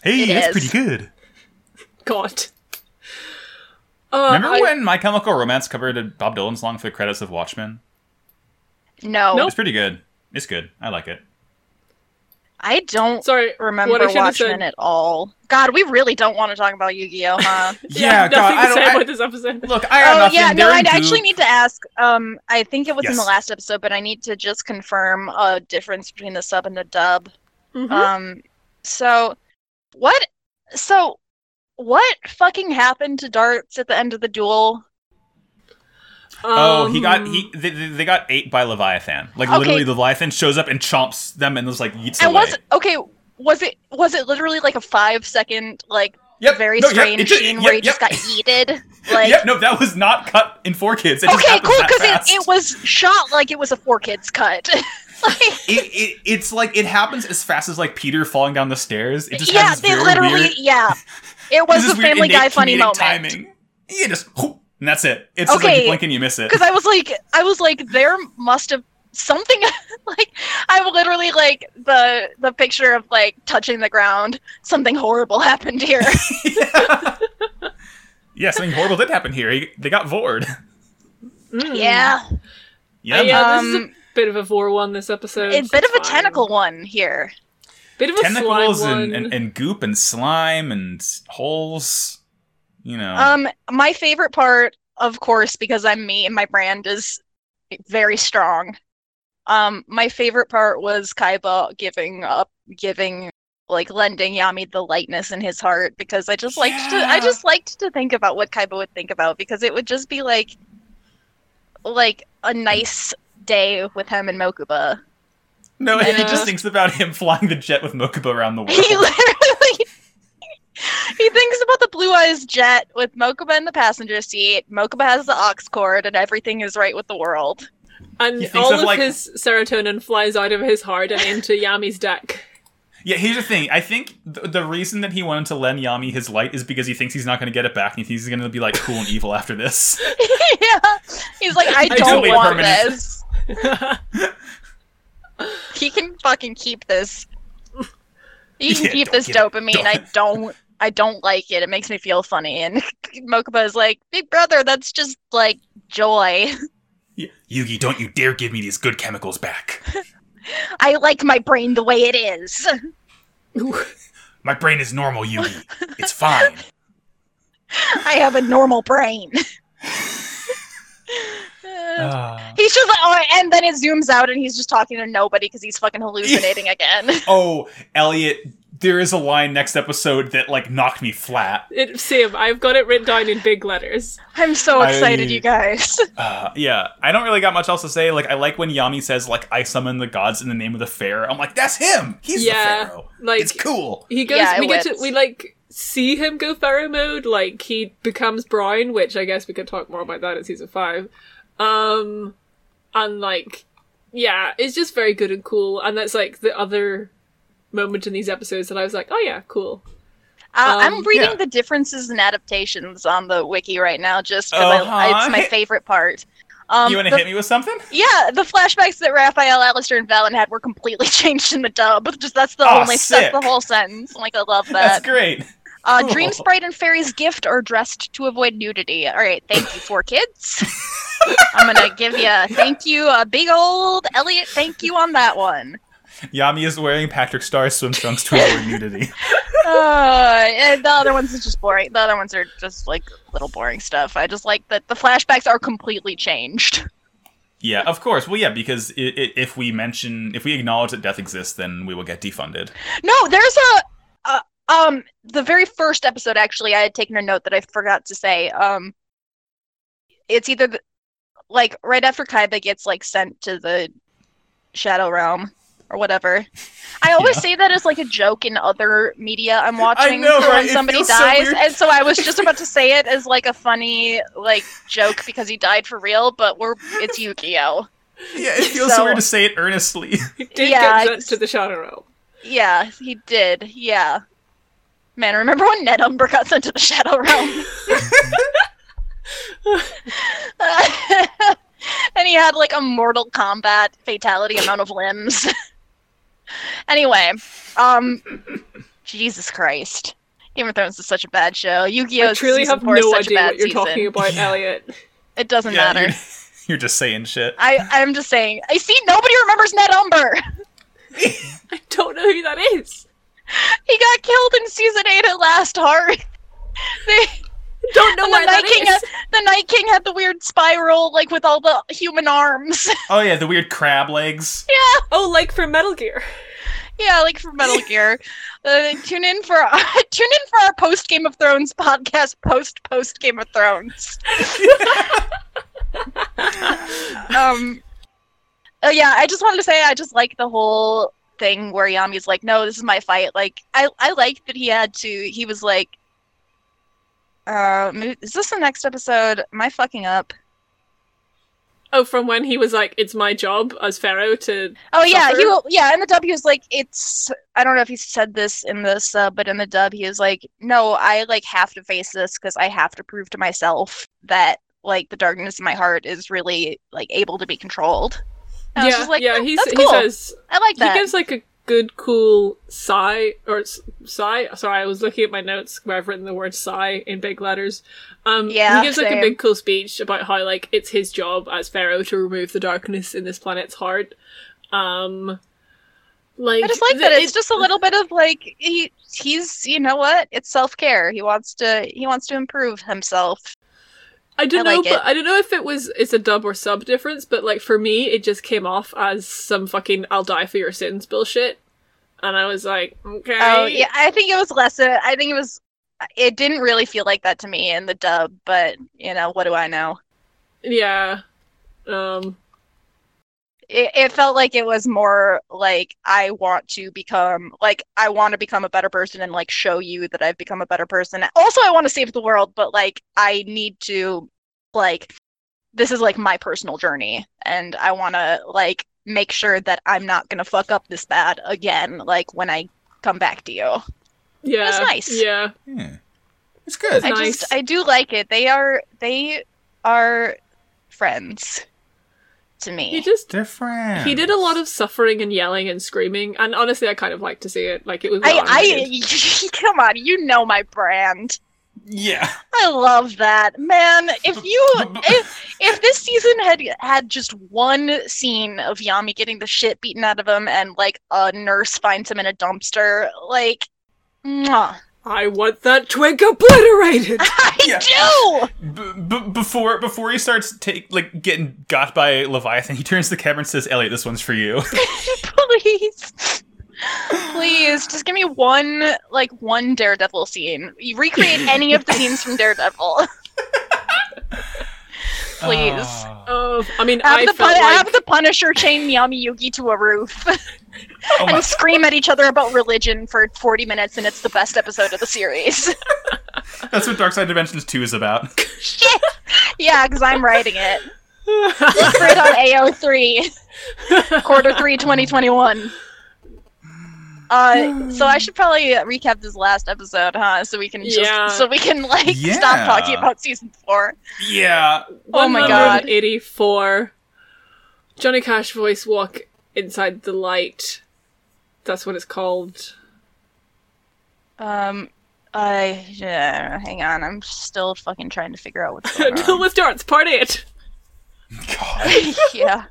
Speaker 2: Hey,
Speaker 3: It
Speaker 2: that's
Speaker 3: is.
Speaker 2: pretty good.
Speaker 4: God. Uh,
Speaker 2: Remember
Speaker 4: I-
Speaker 2: when My Chemical Romance covered a Bob Dylan song for the credits of Watchmen?
Speaker 3: No,
Speaker 4: Nope.
Speaker 2: It's pretty good. It's good. I like it.
Speaker 3: I don't
Speaker 4: Sorry,
Speaker 3: remember
Speaker 4: what I should have
Speaker 3: Watchmen
Speaker 4: said.
Speaker 3: at all. God, we really don't want to talk about Yu-Gi-Oh, huh?
Speaker 4: Yeah,
Speaker 2: God,
Speaker 4: nothing to say
Speaker 2: I
Speaker 4: about
Speaker 2: don't.
Speaker 4: this episode.
Speaker 2: I, look, I have
Speaker 3: oh
Speaker 2: nothing.
Speaker 3: yeah, no,
Speaker 2: They're
Speaker 3: I
Speaker 2: in
Speaker 3: actually
Speaker 2: Goog.
Speaker 3: need to ask. Um, I think it was in the
Speaker 2: Yes.
Speaker 3: last episode, but I need to just confirm a difference between the sub and the dub.
Speaker 4: Mhm.
Speaker 3: Um, so what? So what fucking happened to darts at the end of the duel?
Speaker 2: Oh, he
Speaker 4: Um,
Speaker 2: got he. They, they they got ate by Leviathan. Like
Speaker 3: Okay.
Speaker 2: literally, Leviathan shows up and chomps them and was like yeets
Speaker 3: And
Speaker 2: away.
Speaker 3: was okay? Was it was it literally like a five second like
Speaker 2: Yep.
Speaker 3: very
Speaker 2: No, yep.
Speaker 3: strange
Speaker 2: It just-
Speaker 3: scene
Speaker 2: yep,
Speaker 3: where he
Speaker 2: yep.
Speaker 3: just got yeeted? Like
Speaker 2: yep, no, that was not cut in four kids. It just
Speaker 3: okay,
Speaker 2: happened
Speaker 3: cool,
Speaker 2: that
Speaker 3: because it,
Speaker 2: fast.
Speaker 3: it was shot like it was a four kids cut. like,
Speaker 2: it, it it's like it happens as fast as like Peter falling down the stairs. It just
Speaker 3: yeah,
Speaker 2: has this
Speaker 3: they
Speaker 2: very
Speaker 3: literally
Speaker 2: weird,
Speaker 3: yeah. It
Speaker 2: has
Speaker 3: was
Speaker 2: this
Speaker 3: a
Speaker 2: weird
Speaker 3: Family
Speaker 2: innate
Speaker 3: Guy funny
Speaker 2: comedic
Speaker 3: moment.
Speaker 2: Timing. Yeah, just whoop, and that's it. It's just like
Speaker 3: Okay,
Speaker 2: you blink and you miss it.
Speaker 3: because I was like, I was like, there must have something. like, I'm literally like the the picture of like touching the ground. Something horrible happened here.
Speaker 2: yeah, something horrible did happen here. He, they got vored.
Speaker 4: Mm.
Speaker 3: yeah,
Speaker 2: Yeah,
Speaker 4: Uh, yeah, this is a
Speaker 3: Um,
Speaker 4: bit of a vor one this episode.
Speaker 3: a bit of a
Speaker 4: It's fine.
Speaker 3: tentacle one here.
Speaker 4: bit of a
Speaker 2: tentacles
Speaker 4: slime
Speaker 2: and,
Speaker 4: one.
Speaker 2: and, and goop and slime and holes. You know,
Speaker 3: Um, my favorite part, of course, because I'm me and my brand is very strong. Um, my favorite part was Kaiba giving up, giving like lending Yami the lightness in his heart because I just liked to, I
Speaker 2: Yeah.
Speaker 3: just liked to think about what Kaiba would think about because it would just be like, like a nice day with him and Mokuba.
Speaker 2: no, he
Speaker 4: yeah.
Speaker 2: just thinks about him flying the jet with Mokuba around the world.
Speaker 3: He literally he thinks about the blue eyes jet with Mokuba in the passenger seat. Mokuba has the ox cord, and everything is right with the world.
Speaker 4: And
Speaker 2: He thinks
Speaker 4: all
Speaker 2: of,
Speaker 4: of
Speaker 2: like-
Speaker 4: his serotonin flies out of his heart and into Yami's deck.
Speaker 2: Yeah, here's the thing. I think th- the reason that he wanted to lend Yami his light is because he thinks he's not going to get it back, and he thinks he's going to be like cool and evil after this.
Speaker 3: yeah, he's like, I don't
Speaker 2: totally
Speaker 3: want
Speaker 2: permanent.
Speaker 3: this. He can fucking keep this. He can
Speaker 2: Yeah,
Speaker 3: keep
Speaker 2: don't
Speaker 3: this
Speaker 2: get it.
Speaker 3: dopamine.
Speaker 2: Don't.
Speaker 3: I don't. I don't like it. It makes me feel funny. And Mokuba is like, Big brother, that's just like joy.
Speaker 2: Yeah. Yugi, don't you dare give me these good chemicals back.
Speaker 3: I like my brain the way it is.
Speaker 2: My brain is normal, Yugi. It's fine.
Speaker 3: I have a normal brain.
Speaker 2: Ah.
Speaker 3: He's just like, oh, and then it zooms out, and he's just talking to nobody because he's fucking hallucinating again.
Speaker 2: oh, Elliot, there is a line next episode that like knocked me flat.
Speaker 4: It, Sam, I've got it written down in big letters.
Speaker 3: I'm so
Speaker 2: I-
Speaker 3: excited, you guys.
Speaker 2: Uh, yeah, I don't really got much else to say. Like, I like when Yami says like I summon the gods in the name of the pharaoh. I'm like, that's him. He's
Speaker 4: Yeah,
Speaker 2: the pharaoh.
Speaker 4: like-
Speaker 2: it's cool.
Speaker 4: He goes.
Speaker 3: Yeah, I
Speaker 4: we get to.
Speaker 3: whipped.
Speaker 4: We like see him go pharaoh mode. Like he becomes brown, which I guess we could talk more about that in season five. Um, and like, yeah, it's just very good and cool. And that's like the other moment in these episodes that I was like, oh yeah, cool.
Speaker 3: Uh, I'm
Speaker 4: Um,
Speaker 3: reading
Speaker 2: yeah.
Speaker 3: the differences and adaptations on the wiki right now, just because
Speaker 2: Uh-huh.
Speaker 3: I it's my favorite part. Um,
Speaker 2: you want to
Speaker 3: the-
Speaker 2: hit me with something?
Speaker 3: Yeah, the flashbacks that Raphael, Alistair, and Valen had were completely changed in the dub. Just that's the
Speaker 2: Aw,
Speaker 3: only
Speaker 2: Ah, sick.
Speaker 3: that's the whole sentence. Like I love
Speaker 2: That's
Speaker 3: that.
Speaker 2: great.
Speaker 3: Uh,
Speaker 2: cool.
Speaker 3: Dream Sprite and Fairy's Gift are dressed to avoid nudity. All right, thank you, four kids. I'm gonna give you a thank you, a big old Elliot. Thank you on that one.
Speaker 2: Yami is wearing Patrick Starr's swim trunks to avoid nudity.
Speaker 3: Uh, and the other ones is just boring. The other ones are just like little boring stuff. I just like that the flashbacks are completely changed.
Speaker 2: Yeah, of course. Well, yeah, because i i if we mention, if we acknowledge that death exists, then we will get defunded.
Speaker 3: No, there's a, uh um the very first episode actually I had taken a note that I forgot to say. Um it's either the, like right after Kaiba gets like sent to the Shadow Realm or whatever. I always
Speaker 2: Yeah.
Speaker 3: say that as like a joke in other media I'm watching
Speaker 2: know,
Speaker 3: for
Speaker 2: right?
Speaker 3: when
Speaker 2: It
Speaker 3: somebody
Speaker 2: feels so
Speaker 3: dies.
Speaker 2: weird.
Speaker 3: and so I was just about to say it as like a funny like joke because he died for real, but we're it's Yu-Gi-Oh.
Speaker 2: Yeah, it feels so,
Speaker 3: So-
Speaker 2: weird to say it earnestly.
Speaker 4: He did
Speaker 3: Yeah,
Speaker 4: get sent
Speaker 3: it's-
Speaker 4: to the Shadow Realm.
Speaker 3: Yeah, he did. Yeah. Man, I remember when Ned Umber got sent to the Shadow Realm? and he had like a Mortal Kombat fatality amount of limbs. anyway, um, Jesus Christ. Game of Thrones is such a bad show. Yu-Gi-Oh!
Speaker 4: I truly
Speaker 3: season
Speaker 4: have
Speaker 3: four is
Speaker 4: no
Speaker 3: such
Speaker 4: idea
Speaker 3: a bad
Speaker 4: what you're
Speaker 3: season.
Speaker 4: talking about,
Speaker 2: Yeah.
Speaker 4: Elliot.
Speaker 3: It doesn't
Speaker 2: Yeah,
Speaker 3: matter.
Speaker 2: You're, you're just saying shit.
Speaker 3: I, I'm just saying. I see nobody remembers Ned Umber.
Speaker 4: I don't know who that is.
Speaker 3: He got killed in season eight at Last Heart. They,
Speaker 4: Don't know
Speaker 3: And
Speaker 4: where
Speaker 3: the
Speaker 4: that
Speaker 3: Night
Speaker 4: is.
Speaker 3: King, had, the Night King had the weird spiral, like with all the human arms.
Speaker 2: Oh yeah, the weird crab legs.
Speaker 3: yeah,
Speaker 4: Oh, like from Metal Gear.
Speaker 3: yeah, like for Metal Gear. Uh, tune in for tune in for our post Game of Thrones podcast, post post Game of Thrones. um, uh, yeah, I just wanted to say I just like the whole thing where Yami's like, no, this is my fight. Like, I I like that he had to. He was like, uh, maybe- is this the next episode? Am I fucking up?
Speaker 4: Oh, from when he was like, "It's my job as Pharaoh to."
Speaker 3: Oh yeah, he
Speaker 4: suffer.
Speaker 3: will. Yeah, in the dub he was like, "It's." I don't know if he said this in the sub, but in the dub he was like, "No, I like have to face this because I have to prove to myself that like the darkness in my heart is really like able to be controlled." And I was
Speaker 4: yeah,
Speaker 3: just like,
Speaker 4: yeah.
Speaker 3: "Oh,
Speaker 4: He's,
Speaker 3: that's
Speaker 4: He
Speaker 3: cool.
Speaker 4: says
Speaker 3: I like that.
Speaker 4: he gives like a good, cool sigh or s- sigh. Sorry, I was looking at my notes where I've written the word sigh in big letters. Um,
Speaker 3: Yeah,
Speaker 4: he gives like
Speaker 3: same.
Speaker 4: a big, cool speech about how like it's his job as Pharaoh to remove the darkness in this planet's heart. Um, like
Speaker 3: I just like
Speaker 4: th-
Speaker 3: that. It's
Speaker 4: it-
Speaker 3: just a little bit of like he he's you know what? It's self care. He wants to he wants to improve himself.
Speaker 4: I don't
Speaker 3: I
Speaker 4: know,
Speaker 3: like it.
Speaker 4: but I don't know if it was it's a dub or sub difference, but like for me, it just came off as some fucking "I'll die for your sins" bullshit, and I was like, okay,
Speaker 3: Oh yeah, I think it was less. a- I think it was. It didn't really feel like that to me in the dub, but you know what do I know?
Speaker 4: yeah. Um,
Speaker 3: it, it felt like it was more like I want to become like I want to become a better person and like show you that I've become a better person. Also, I want to save the world, but like I need to like this is like my personal journey and I want to like make sure that I'm not going to fuck up this bad again like when I come back to you.
Speaker 4: yeah,
Speaker 3: That's nice.
Speaker 4: Yeah,
Speaker 2: Yeah. It's good.
Speaker 3: I
Speaker 4: Nice.
Speaker 3: just I do like it. They are they are friends to me.
Speaker 4: he just
Speaker 2: Different.
Speaker 4: he did a lot of suffering and yelling and screaming, and honestly, I kind of like to see it. Like it was, well animated.
Speaker 3: I, I come on, you know my brand.
Speaker 2: Yeah.
Speaker 3: I love that man. If you
Speaker 2: B- b-
Speaker 3: if, if this season had had just one scene of Yami getting the shit beaten out of him and like a nurse finds him in a dumpster, like, mwah.
Speaker 4: I want that twig obliterated.
Speaker 3: I
Speaker 2: Yeah.
Speaker 3: do.
Speaker 2: B- b- before before he starts take like getting got by Leviathan, he turns to the camera and says, "Elliot, this one's for you."
Speaker 3: Please. Please, just give me one, like one Daredevil scene. You recreate any of the scenes from Daredevil. Please.
Speaker 2: Oh,
Speaker 4: Oh, I mean,
Speaker 3: Have
Speaker 4: I
Speaker 3: the,
Speaker 4: felt
Speaker 3: pun-
Speaker 4: like
Speaker 3: have the Punisher chain Miyami Yugi to a roof
Speaker 2: Oh my-
Speaker 3: and scream at each other about religion for 40 minutes, and it's the best episode of the series.
Speaker 2: that's what Dark Side Dimensions Two is about.
Speaker 3: Shit! Yeah, because I'm writing it. Look for it on AO3, quarter three, 2021. Uh, so I should probably recap this last episode, huh? So we can just,
Speaker 4: Yeah.
Speaker 3: so we can like
Speaker 2: Yeah.
Speaker 3: stop talking about season four.
Speaker 2: Yeah.
Speaker 3: Oh my god.
Speaker 4: 84. Johnny Cash voice walk inside the light. That's what it's called.
Speaker 3: Um, I yeah, hang on. I'm still fucking trying to figure out what's going
Speaker 4: Deal
Speaker 3: on.
Speaker 4: with darts, part eight.
Speaker 2: God.
Speaker 3: yeah.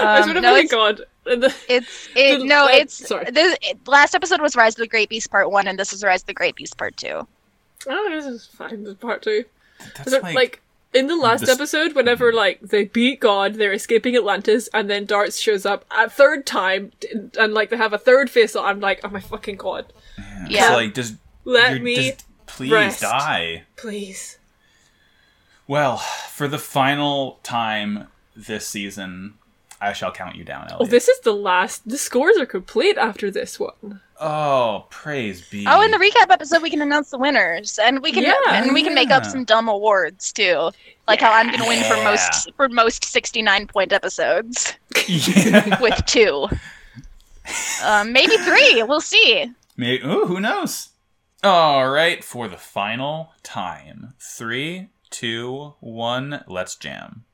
Speaker 4: I
Speaker 3: Um,
Speaker 4: swear to
Speaker 3: no,
Speaker 4: my
Speaker 3: it's,
Speaker 4: god. And the-
Speaker 3: it's it.
Speaker 4: The-
Speaker 3: No,
Speaker 4: uh,
Speaker 3: it's
Speaker 4: sorry.
Speaker 3: this. It, last episode was Rise of the Great Beast Part One, and this is Rise of the Great Beast Part Two.
Speaker 4: Oh, this is fine. This is part two.
Speaker 2: That's
Speaker 4: Is it,
Speaker 2: like,
Speaker 4: like, in the last
Speaker 2: this-
Speaker 4: episode, whenever like they beat God, they're escaping Atlantis, and then Darts shows up a third time, d- and like they have a third face. I'm like, oh my fucking god,
Speaker 2: yeah.
Speaker 3: yeah.
Speaker 2: It's like just
Speaker 4: let
Speaker 2: you're-
Speaker 4: me,
Speaker 2: just Oh, please
Speaker 4: rest.
Speaker 2: die.
Speaker 4: please.
Speaker 2: Well, for the final time this season, I shall count you down,
Speaker 4: Oh,
Speaker 2: Elliot.
Speaker 4: this is the last. The scores are complete after this one.
Speaker 2: Oh, praise be.
Speaker 3: Oh, in the recap episode, we can announce the winners, and we can
Speaker 4: Yeah.
Speaker 3: and we can make up
Speaker 2: Yeah.
Speaker 3: some dumb awards too, like how I'm gonna win for most
Speaker 2: Yeah.
Speaker 3: for most 69 point episodes.
Speaker 2: yeah.
Speaker 3: with two. um, maybe three. We'll see.
Speaker 2: May ooh, who knows? All right, for the final time. Three, two, one, let's jam.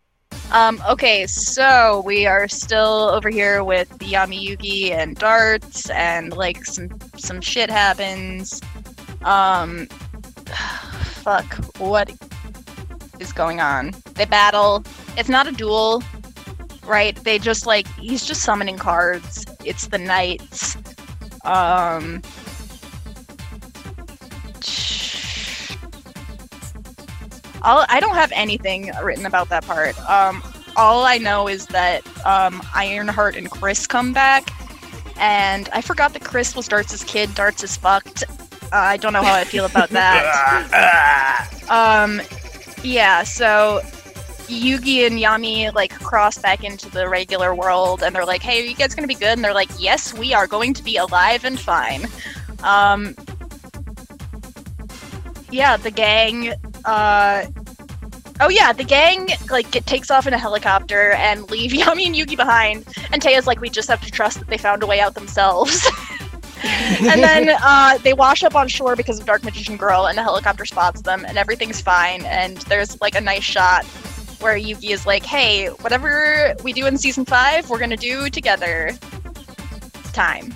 Speaker 3: Um, okay, so we are still over here with the Yami Yugi and darts, and like some some shit happens. Um, fuck, what is going on? They battle. It's not a duel, right? They just like he's just summoning cards. It's the knights. Um. I'll, I don't have anything written about that part. Um, all I know is that um, Ironheart and Chris come back, and I forgot that Chris was Darts' kid. Darts is fucked. Uh, I don't know how I feel about that. Um, yeah. So Yugi and Yami like cross back into the regular world, and they're like, "Hey, are you guys gonna be good?" And they're like, "Yes, we are going to be alive and fine." Um, yeah, the gang. Uh, oh yeah, the gang like get, takes off in a helicopter and leave Yami and Yugi behind. And Taya's like, "We just have to trust that they found a way out themselves." and then uh, they wash up on shore because of Dark Magician Girl, and the helicopter spots them, and everything's fine. And there's like a nice shot where Yugi is like, "Hey, whatever we do in season five, we're gonna do together." Time.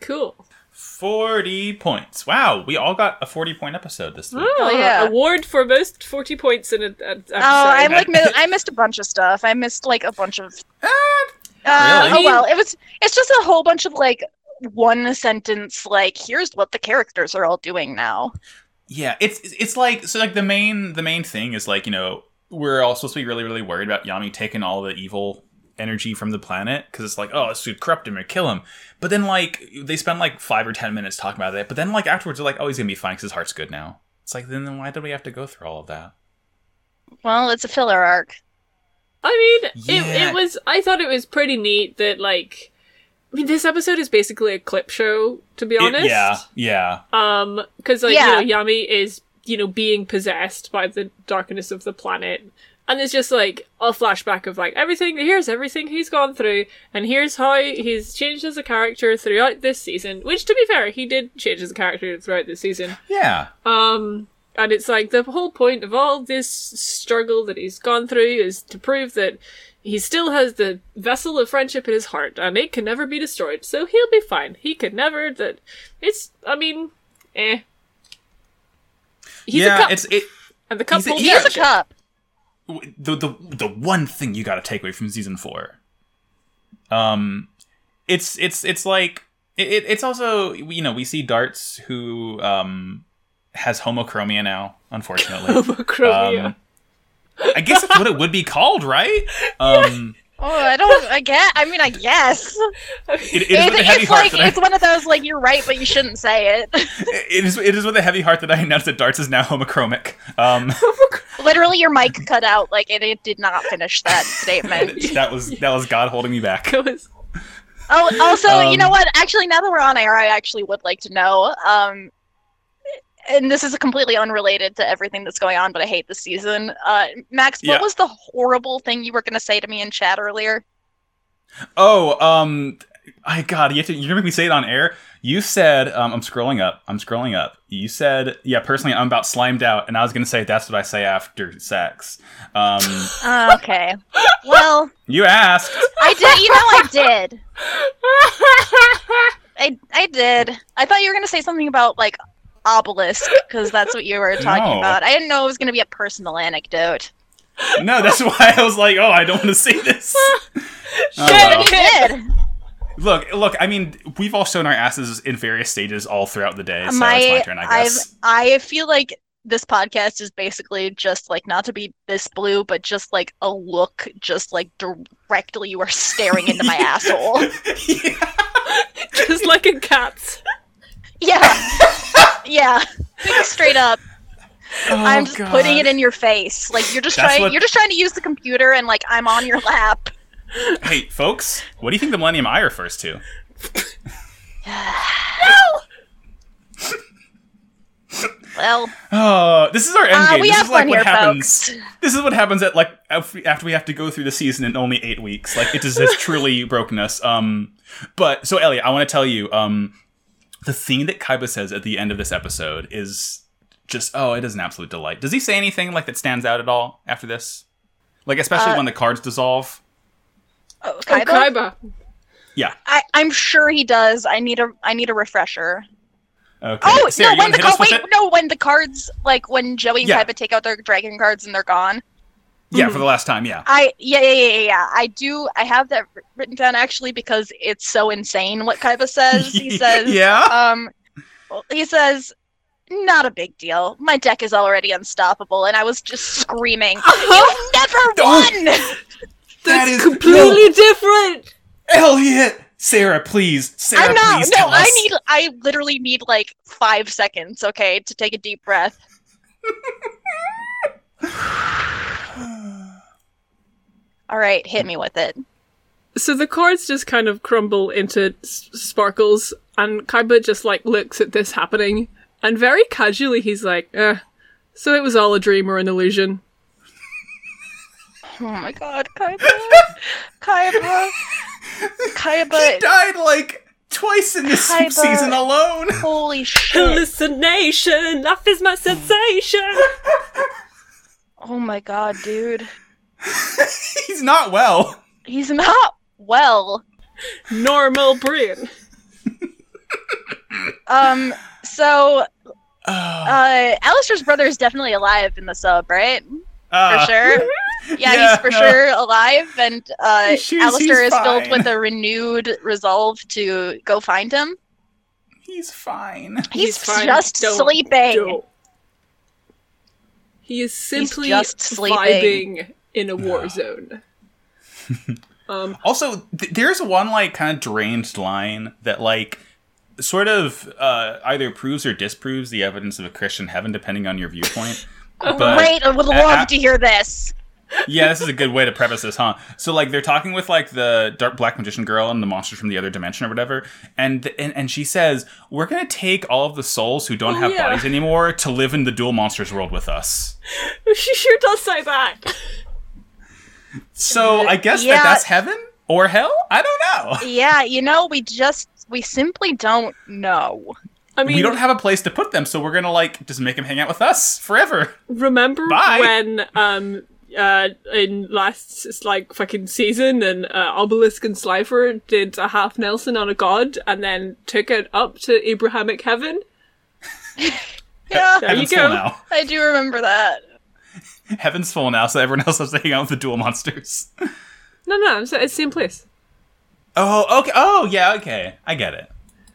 Speaker 4: Cool.
Speaker 2: 40 points. Wow, we all got a 40 point episode this week.
Speaker 4: Ah,
Speaker 3: yeah.
Speaker 4: Award for most forty points in a, a episode.
Speaker 3: Oh, I'm like mi- I missed a bunch of stuff. I missed like a bunch of.
Speaker 4: Hmm?
Speaker 2: Ah,
Speaker 3: Uh,
Speaker 2: Really?
Speaker 3: Oh well, it was. It's just a whole bunch of like one sentence. Like here's what the characters are all doing now.
Speaker 2: Yeah, it's it's like so like the main the main thing is like, you know, we're all supposed to be really really worried about Yami taking all the evil energy from the planet cuz it's like, oh, this would corrupt him or kill him. But then like they spend like 5 or 10 minutes talking about that, but then like afterwards they're like, oh, he's going to be fine cuz his heart's good now. It's like then, then why did we have to go through all of that?
Speaker 3: Well, it's a filler arc.
Speaker 4: I mean, it,
Speaker 2: Yeah.
Speaker 4: it was. I thought it was pretty neat that like. I mean, this episode is basically a clip show, to be
Speaker 2: It-
Speaker 4: honest.
Speaker 2: yeah, yeah.
Speaker 4: Um, because like
Speaker 3: Yeah.
Speaker 4: you know, Yami is you know being possessed by the darkness of the planet, and it's just like a flashback of like everything. Here's everything he's gone through, and here's how he's changed as a character throughout this season. Which, to be fair, he did change as a character throughout this season.
Speaker 2: Yeah.
Speaker 4: Um, and it's like the whole point of all this struggle that he's gone through is to prove that he still has the vessel of friendship in his heart, and it can never be destroyed. So he'll be fine. He could never. That it's. I mean, eh. He's
Speaker 2: yeah,
Speaker 4: a cup,
Speaker 2: it's it
Speaker 4: and the cup
Speaker 2: he's a-
Speaker 4: holds
Speaker 2: yeah.
Speaker 3: Here's
Speaker 4: friendship.
Speaker 3: a cup.
Speaker 2: the the the one thing you got to take away from season four. Um, it's it's it's like it, it- it's also you know we see darts who um has homochromia now unfortunately.
Speaker 4: Homochromia.
Speaker 2: Um, I guess that's what it would be called, right? Um,
Speaker 3: Oh, I don't. I get. I mean, I guess.
Speaker 2: it, it is with a heavy
Speaker 3: it's
Speaker 2: heart.
Speaker 3: like
Speaker 2: that I-
Speaker 3: it's one of those like you're right, but you shouldn't say it.
Speaker 2: it is it is with a heavy heart that I announced that darts is now homochromic. Um,
Speaker 3: Literally, your mic cut out. Like it, it did not finish that statement.
Speaker 2: that was that was God holding me back.
Speaker 4: Goes-
Speaker 3: Oh, also, you
Speaker 2: Um,
Speaker 3: know what? Actually, now that we're on air, I actually would like to know. Um, and this is completely unrelated to everything that's going on, but I hate this season. Uh, Max, what
Speaker 2: Yeah.
Speaker 3: was the horrible thing you were going to say to me in chat earlier?
Speaker 2: Oh, um, I God, you have to, you're gonna make me say it on air. You said um, I'm scrolling up. I'm scrolling up. You said, yeah, personally, I'm about slimed out, and I was gonna say that's what I say after sex. Um,
Speaker 3: Uh, okay. Well,
Speaker 2: you asked.
Speaker 3: I did. You know, I did. I I did. I thought you were gonna say something about like obelisk because that's what you were talking
Speaker 2: No.
Speaker 3: about. I didn't know it was gonna be a personal anecdote.
Speaker 2: No, that's why I was like, oh, I don't want to see this. Oh, well.
Speaker 3: You did.
Speaker 2: Look, look. I mean, we've all shown our asses in various stages all throughout the day. So it's my turn, I
Speaker 3: I've,
Speaker 2: guess.
Speaker 3: I feel like this podcast is basically just like not to be this blue, but just like a look, just like directly you are staring into my asshole.
Speaker 4: Just like a cat.
Speaker 3: Yeah, yeah, straight up. I'm just putting it in your face. Like you're just
Speaker 2: Oh, That's
Speaker 3: trying,
Speaker 2: what-
Speaker 3: you're just trying to use the computer, and like I'm on your lap.
Speaker 2: Hey, folks, what do you think the Millennium Eye refers to?
Speaker 3: Well,
Speaker 2: Oh, this is our end
Speaker 3: uh,
Speaker 2: game.
Speaker 3: we
Speaker 2: this
Speaker 3: have
Speaker 2: is like
Speaker 3: fun
Speaker 2: what
Speaker 3: here,
Speaker 2: happens.
Speaker 3: folks.
Speaker 2: This is what happens at like af- after we have to go through the season in only eight weeks. Like it just has truly broken us. Um, but so Elliot, I want to tell you, um, the thing that Kaiba says at the end of this episode is just oh, it is an absolute delight. Does he say anything like that stands out at all after this? Like especially
Speaker 3: Uh,
Speaker 2: when the cards dissolve.
Speaker 3: Oh,
Speaker 4: Oh,
Speaker 3: Kaiba?
Speaker 4: Kaiba.
Speaker 2: Yeah.
Speaker 3: I, I'm sure he does. I need a, I need a refresher.
Speaker 2: Okay.
Speaker 3: Oh
Speaker 2: Sarah, you
Speaker 3: no! When
Speaker 2: wanna
Speaker 3: the
Speaker 2: hit
Speaker 3: car-
Speaker 2: us with
Speaker 3: wait,
Speaker 2: it?
Speaker 3: no, when the cards like when Joey and
Speaker 2: Yeah.
Speaker 3: Kaiba take out their dragon cards and they're gone.
Speaker 2: Yeah, for the last time. Yeah.
Speaker 3: I yeah yeah yeah yeah yeah. I do. I have that wr- written down actually because it's so insane what Kaiba says. He says,
Speaker 2: yeah.
Speaker 3: um, well, he says, not a big deal. My deck is already unstoppable, and I was just screaming, "You've never
Speaker 2: Don't-
Speaker 3: won!"
Speaker 2: That is
Speaker 4: completely different.
Speaker 2: Elliot. Sarah, please. Sarah,
Speaker 3: I'm not.
Speaker 2: please
Speaker 3: No,
Speaker 2: tell us.
Speaker 3: I need. I literally need like five seconds, okay, to take a deep breath. All right, hit me with it.
Speaker 4: So the cards just kind of crumble into s- sparkles, and Kaiba just like looks at this happening, and very casually he's like, eh, "So it was all a dream or an illusion."
Speaker 3: Oh my god, Kaiba! Kaiba! Kaiba!
Speaker 2: died like twice in this
Speaker 3: Kaiba. season
Speaker 2: alone.
Speaker 3: Holy shit!
Speaker 4: Hallucination, love is my sensation.
Speaker 3: Oh my god, dude.
Speaker 2: He's not well.
Speaker 3: He's not well.
Speaker 4: Normal brain.
Speaker 3: Um, so, uh, Alistair's brother is definitely alive in the sub, right? For
Speaker 2: Uh,
Speaker 4: Uh,
Speaker 3: sure. Yeah,
Speaker 2: yeah,
Speaker 3: he's for
Speaker 2: no.
Speaker 3: sure alive, and uh,
Speaker 2: He's- he's-
Speaker 3: Alistair
Speaker 2: he's
Speaker 3: is filled
Speaker 2: fine.
Speaker 3: with a renewed resolve to go find him.
Speaker 2: He's fine.
Speaker 3: He's,
Speaker 4: He's fine.
Speaker 3: just
Speaker 4: Don't-
Speaker 3: sleeping.
Speaker 4: Yo. He is simply
Speaker 3: just sleeping.
Speaker 4: vibing in a war zone. um,
Speaker 2: Also, th- there's one like kind of deranged line that like sort of uh, either proves or disproves the evidence of a Christian heaven, depending on your viewpoint. But-
Speaker 3: Great, I would
Speaker 2: Uh,
Speaker 3: love
Speaker 2: uh,
Speaker 3: to hear this.
Speaker 2: yeah, this is a good way to preface this, huh? So like they're talking with like the dark black magician girl and the monsters from the other dimension or whatever, and and, and she says we're gonna take all of the souls who don't
Speaker 4: Oh,
Speaker 2: have
Speaker 4: yeah.
Speaker 2: bodies anymore to live in the dual monsters world with us.
Speaker 4: she sure does say that.
Speaker 2: So I guess
Speaker 3: Yeah.
Speaker 2: that that's heaven or hell. I don't know.
Speaker 3: Yeah, you know, we just, we simply don't know.
Speaker 4: I mean,
Speaker 2: we don't have a place to put them, so we're gonna like just make them hang out with us forever.
Speaker 4: remember
Speaker 2: Bye.
Speaker 4: when um uh in last s- like fucking season and uh, obelisk and slifer did a half nelson on a god and then took it up to abrahamic heaven
Speaker 3: Yeah,
Speaker 4: There you
Speaker 2: Heaven's full
Speaker 4: go.
Speaker 2: now.
Speaker 3: I do remember that.
Speaker 2: Heaven's full now, so everyone else has to hang out with the dual monsters.
Speaker 4: no no it's the same place
Speaker 2: Oh, okay. Oh, yeah. Okay, I get it.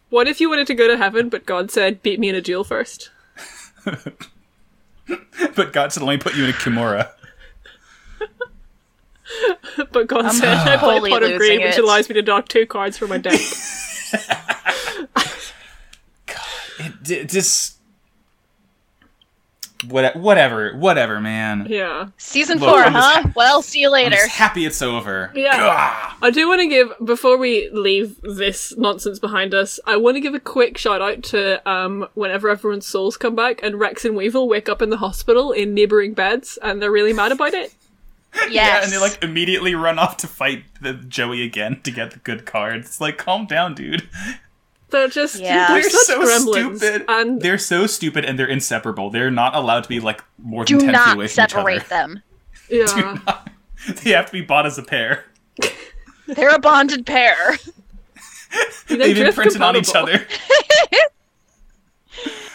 Speaker 4: what if you wanted to go to heaven but god said beat me in a duel first
Speaker 2: But God said, "Let me put you in a kimura."
Speaker 4: but god
Speaker 2: Uh,
Speaker 4: said i play
Speaker 3: totally
Speaker 4: pot of green
Speaker 3: losing
Speaker 4: which
Speaker 3: it.
Speaker 4: allows me to dock two cards from my deck
Speaker 2: It, d- just what, whatever, whatever, man.
Speaker 4: yeah
Speaker 3: Season
Speaker 2: Look,
Speaker 3: 4,
Speaker 2: I'm just
Speaker 3: huh? well, see you
Speaker 2: I'm
Speaker 3: later.
Speaker 2: just happy it's over.
Speaker 4: Yeah.
Speaker 2: Gah!
Speaker 4: I do want to give before we leave this nonsense behind us. I want to give a quick shout out to um, whenever everyone's souls come back and Rex and Weevil wake up in the hospital in neighboring beds and they're really mad about it.
Speaker 3: Yes.
Speaker 2: Yeah, and they like immediately run off to fight the Joey again to get the good cards. It's like, calm down, dude.
Speaker 4: They're just
Speaker 3: Yeah.
Speaker 4: they're,
Speaker 2: They're
Speaker 4: such
Speaker 2: so
Speaker 4: gremlins,
Speaker 2: stupid.
Speaker 4: and
Speaker 2: They're so stupid, and they're inseparable. They're not allowed to be like more than
Speaker 3: do
Speaker 2: ten feet away
Speaker 3: not
Speaker 2: from each other.
Speaker 3: separate them.
Speaker 4: yeah,
Speaker 2: They have to be bought as a pair.
Speaker 3: They're a bonded pair.
Speaker 4: they're
Speaker 2: They've
Speaker 4: drift
Speaker 2: imprinted on each
Speaker 4: compatible.
Speaker 2: other.
Speaker 3: Oh,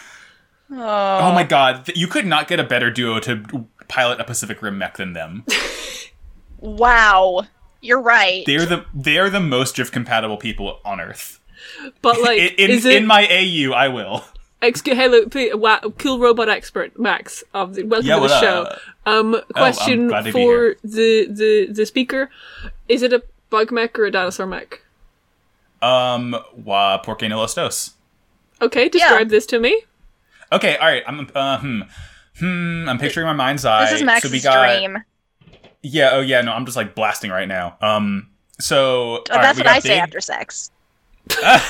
Speaker 2: Oh my god, th- you could not get a better duo to pilot a Pacific Rim mech than them.
Speaker 3: Wow. You're right.
Speaker 2: They're the they're the most drift compatible people on Earth.
Speaker 4: But like,
Speaker 2: In, in,
Speaker 4: is it
Speaker 2: in my AU, I will.
Speaker 4: Excuse, hello, P- wow, cool robot expert Max. Of the, welcome
Speaker 2: Yeah,
Speaker 4: to the
Speaker 2: what
Speaker 4: show.
Speaker 2: up?
Speaker 4: Um, question
Speaker 2: glad to be
Speaker 4: for the, the the speaker: Is it a bug mech or a dinosaur mech?
Speaker 2: Um, wa porque no los dos.
Speaker 4: Okay, describe
Speaker 3: Yeah.
Speaker 4: this to me.
Speaker 2: Okay, all right. I'm uh, hmm, hmm. I'm picturing my mind's eye.
Speaker 3: this is Max's dream.
Speaker 2: Yeah. Oh yeah. No, I'm just like blasting right now. Um. So
Speaker 3: Oh,
Speaker 2: all right,
Speaker 3: that's
Speaker 2: we
Speaker 3: what I
Speaker 2: got
Speaker 3: say
Speaker 2: big-
Speaker 3: after sex.
Speaker 2: got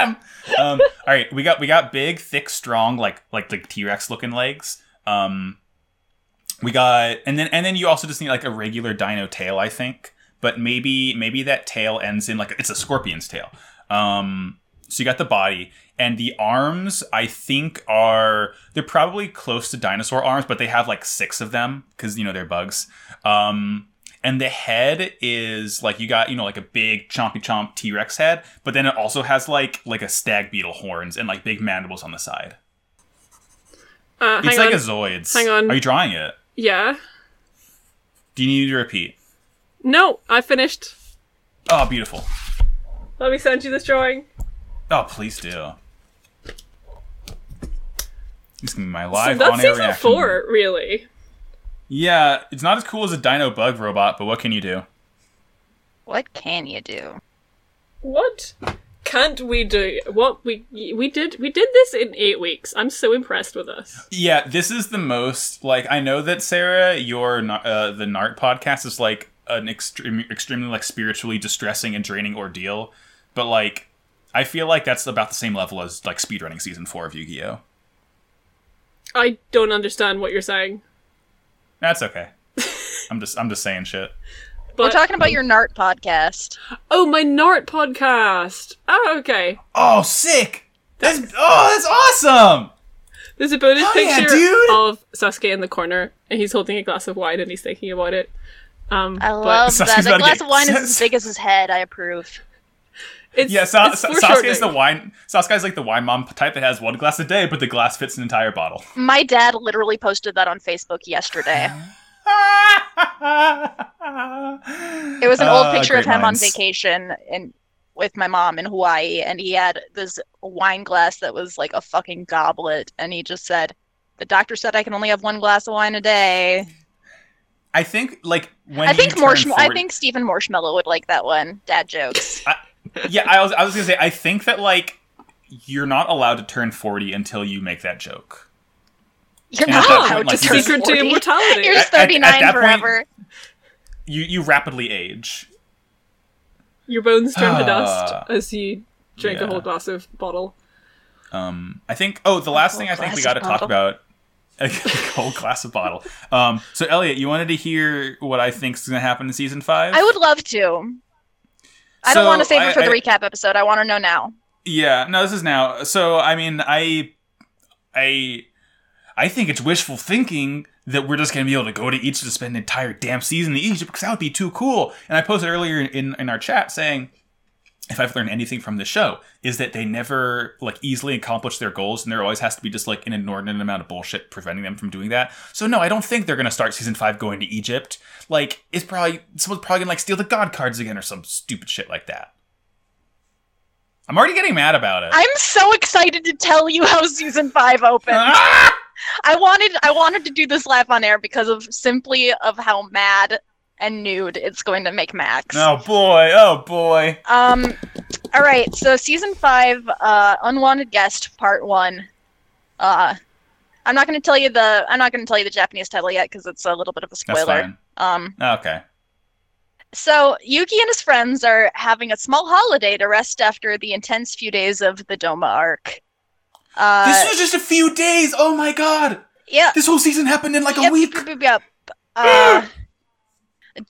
Speaker 2: him. Um, all right, we got we got big, thick, strong, like like like T Rex looking legs. Um, we got and then and then you also just need like a regular dino tail, I think. But maybe maybe that tail ends in like it's a scorpion's tail. Um, so you got the body and the arms. I think are they're probably close to dinosaur arms, but they have like six of them because you know they're bugs. Um, and the head is like you got you know like a big chompy chomp T Rex head, but then it also has like like a stag beetle horns and like big mandibles on the side.
Speaker 4: Uh, hang
Speaker 2: it's
Speaker 4: on.
Speaker 2: like a Zoids.
Speaker 4: Hang on.
Speaker 2: Are you drawing it?
Speaker 4: yeah.
Speaker 2: Do you need to repeat?
Speaker 4: No, I finished.
Speaker 2: Oh, beautiful.
Speaker 4: Let me send you this drawing.
Speaker 2: Oh, please do. This can be my live
Speaker 4: so that's
Speaker 2: on air
Speaker 4: season
Speaker 2: reaction.
Speaker 4: four, really.
Speaker 2: Yeah, it's not as cool as a Dino Bug robot, but what can you do?
Speaker 3: What can you do?
Speaker 4: What can't we do? What we we did we did this in eight weeks. I'm so impressed with us.
Speaker 2: Yeah, this is the most like I know that Sarah, your na- uh, the Nart podcast is like an extreme, extremely like spiritually distressing and draining ordeal, but like I feel like that's about the same level as like speedrunning season four of Yu-Gi-Oh.
Speaker 4: I don't understand what you're saying.
Speaker 2: That's okay. I'm just I'm just saying shit.
Speaker 4: But
Speaker 3: We're talking about your Nart podcast.
Speaker 4: oh, my Nart podcast. Oh, okay.
Speaker 2: Oh, sick! That's oh, that's awesome.
Speaker 4: There's a bonus
Speaker 2: Oh, yeah,
Speaker 4: picture
Speaker 2: dude!
Speaker 4: of Sasuke in the corner, and he's holding a glass of wine and he's thinking about it. Um,
Speaker 3: I
Speaker 4: but
Speaker 3: love
Speaker 2: Sasuke's about
Speaker 3: that. That
Speaker 2: to
Speaker 3: glass
Speaker 2: get
Speaker 3: of wine is as
Speaker 2: sus-
Speaker 3: big as his head. I approve.
Speaker 4: It's,
Speaker 2: Yeah, Sa-
Speaker 4: it's
Speaker 2: Sa- Sasuke's the
Speaker 4: foreshortening.
Speaker 2: wine. Sasuke's like the wine mom type that has one glass a day, but the glass fits an entire bottle.
Speaker 3: My dad literally posted that on Facebook yesterday. It was an
Speaker 2: Ah,
Speaker 3: old picture of
Speaker 2: great
Speaker 3: him
Speaker 2: minds.
Speaker 3: on vacation and with my mom in Hawaii, and he had this wine glass that was like a fucking goblet, and he just said, "The doctor said I can only have one glass of wine a day."
Speaker 2: I think like when
Speaker 3: I think
Speaker 2: you turn
Speaker 3: Marshmallow. I
Speaker 2: 40
Speaker 3: think Stephen Marshmallow would like that one. Dad jokes.
Speaker 2: yeah. I was I was gonna say I think that like you're not allowed to turn forty until you make that joke.
Speaker 3: You're
Speaker 2: Yeah,
Speaker 3: not
Speaker 2: at that
Speaker 4: Oh,
Speaker 3: allowed
Speaker 2: point, like,
Speaker 3: to
Speaker 2: you're
Speaker 3: turn
Speaker 4: secret to
Speaker 3: 40.
Speaker 4: immortality.
Speaker 3: You're
Speaker 2: At-
Speaker 3: just
Speaker 2: at- at
Speaker 3: 39
Speaker 2: that point-
Speaker 3: forever.
Speaker 2: You you rapidly age.
Speaker 4: Your bones turn to
Speaker 2: Ah.
Speaker 4: dust as you drink
Speaker 2: Yeah.
Speaker 4: a whole glass of bottle.
Speaker 2: Um, I think. Oh, the last thing I think we got
Speaker 3: glass
Speaker 2: to talk
Speaker 3: of bottle.
Speaker 2: about a whole glass of bottle. Um, so Elliot, you wanted to hear what I think is gonna happen in season five.
Speaker 3: I would love to. I don't
Speaker 2: So,
Speaker 3: want to save
Speaker 2: I-
Speaker 3: it for the
Speaker 2: I-
Speaker 3: recap episode. I want to know now.
Speaker 2: Yeah, no, this is now. So I mean, I, I, I think it's wishful thinking that we're just gonna be able to go to Egypt to spend an entire damn season in Egypt because that would be too cool. And I posted earlier in in our chat saying, if I've learned anything from this show, is that they never like easily accomplish their goals, and there always has to be just like an inordinate amount of bullshit preventing them from doing that. So no, I don't think they're gonna start season five going to Egypt. Like, it's probably someone's probably gonna like steal the god cards again or some stupid shit like that. I'm already getting mad about it.
Speaker 3: I'm so excited to tell you how season five opened.
Speaker 2: Ah!
Speaker 3: I wanted I wanted to do this live on air because of simply of how mad and nude it's going to make Max.
Speaker 2: Oh boy, oh boy.
Speaker 3: Um all right, so season 5 uh unwanted guest part 1. Uh I'm not going to tell you the I'm not going to tell you the Japanese title yet cuz it's a little bit of a
Speaker 2: That's
Speaker 3: spoiler. Um
Speaker 2: fine. Okay.
Speaker 3: So Yuki and his friends are having a small holiday to rest after the intense few days of the Doma arc. Uh,
Speaker 2: this was just a few days. Oh my god.
Speaker 3: yeah.
Speaker 2: This whole season happened in like a
Speaker 3: yep,
Speaker 2: week.
Speaker 3: yep, yep, yep. Uh,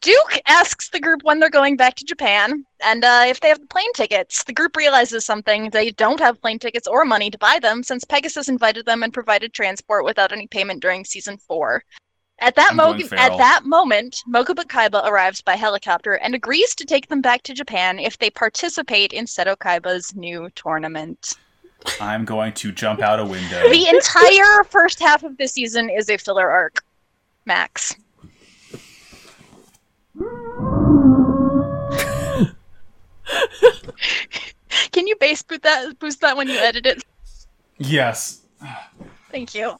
Speaker 3: Duke asks the group when they're going back to Japan, and uh, if they have the plane tickets. The group realizes something. They don't have plane tickets or money to buy them, since Pegasus invited them and provided transport without any payment during season four. At that,
Speaker 2: I'm
Speaker 3: mo-
Speaker 2: going feral.
Speaker 3: at that moment, Mokuba Kaiba arrives by helicopter and agrees to take them back to Japan if they participate in Seto Kaiba's new tournament.
Speaker 2: I'm going to jump out a window.
Speaker 3: The entire first half of this season is a filler arc, Max. Can you base boot that boost that when you edit it?
Speaker 2: Yes.
Speaker 3: Thank you.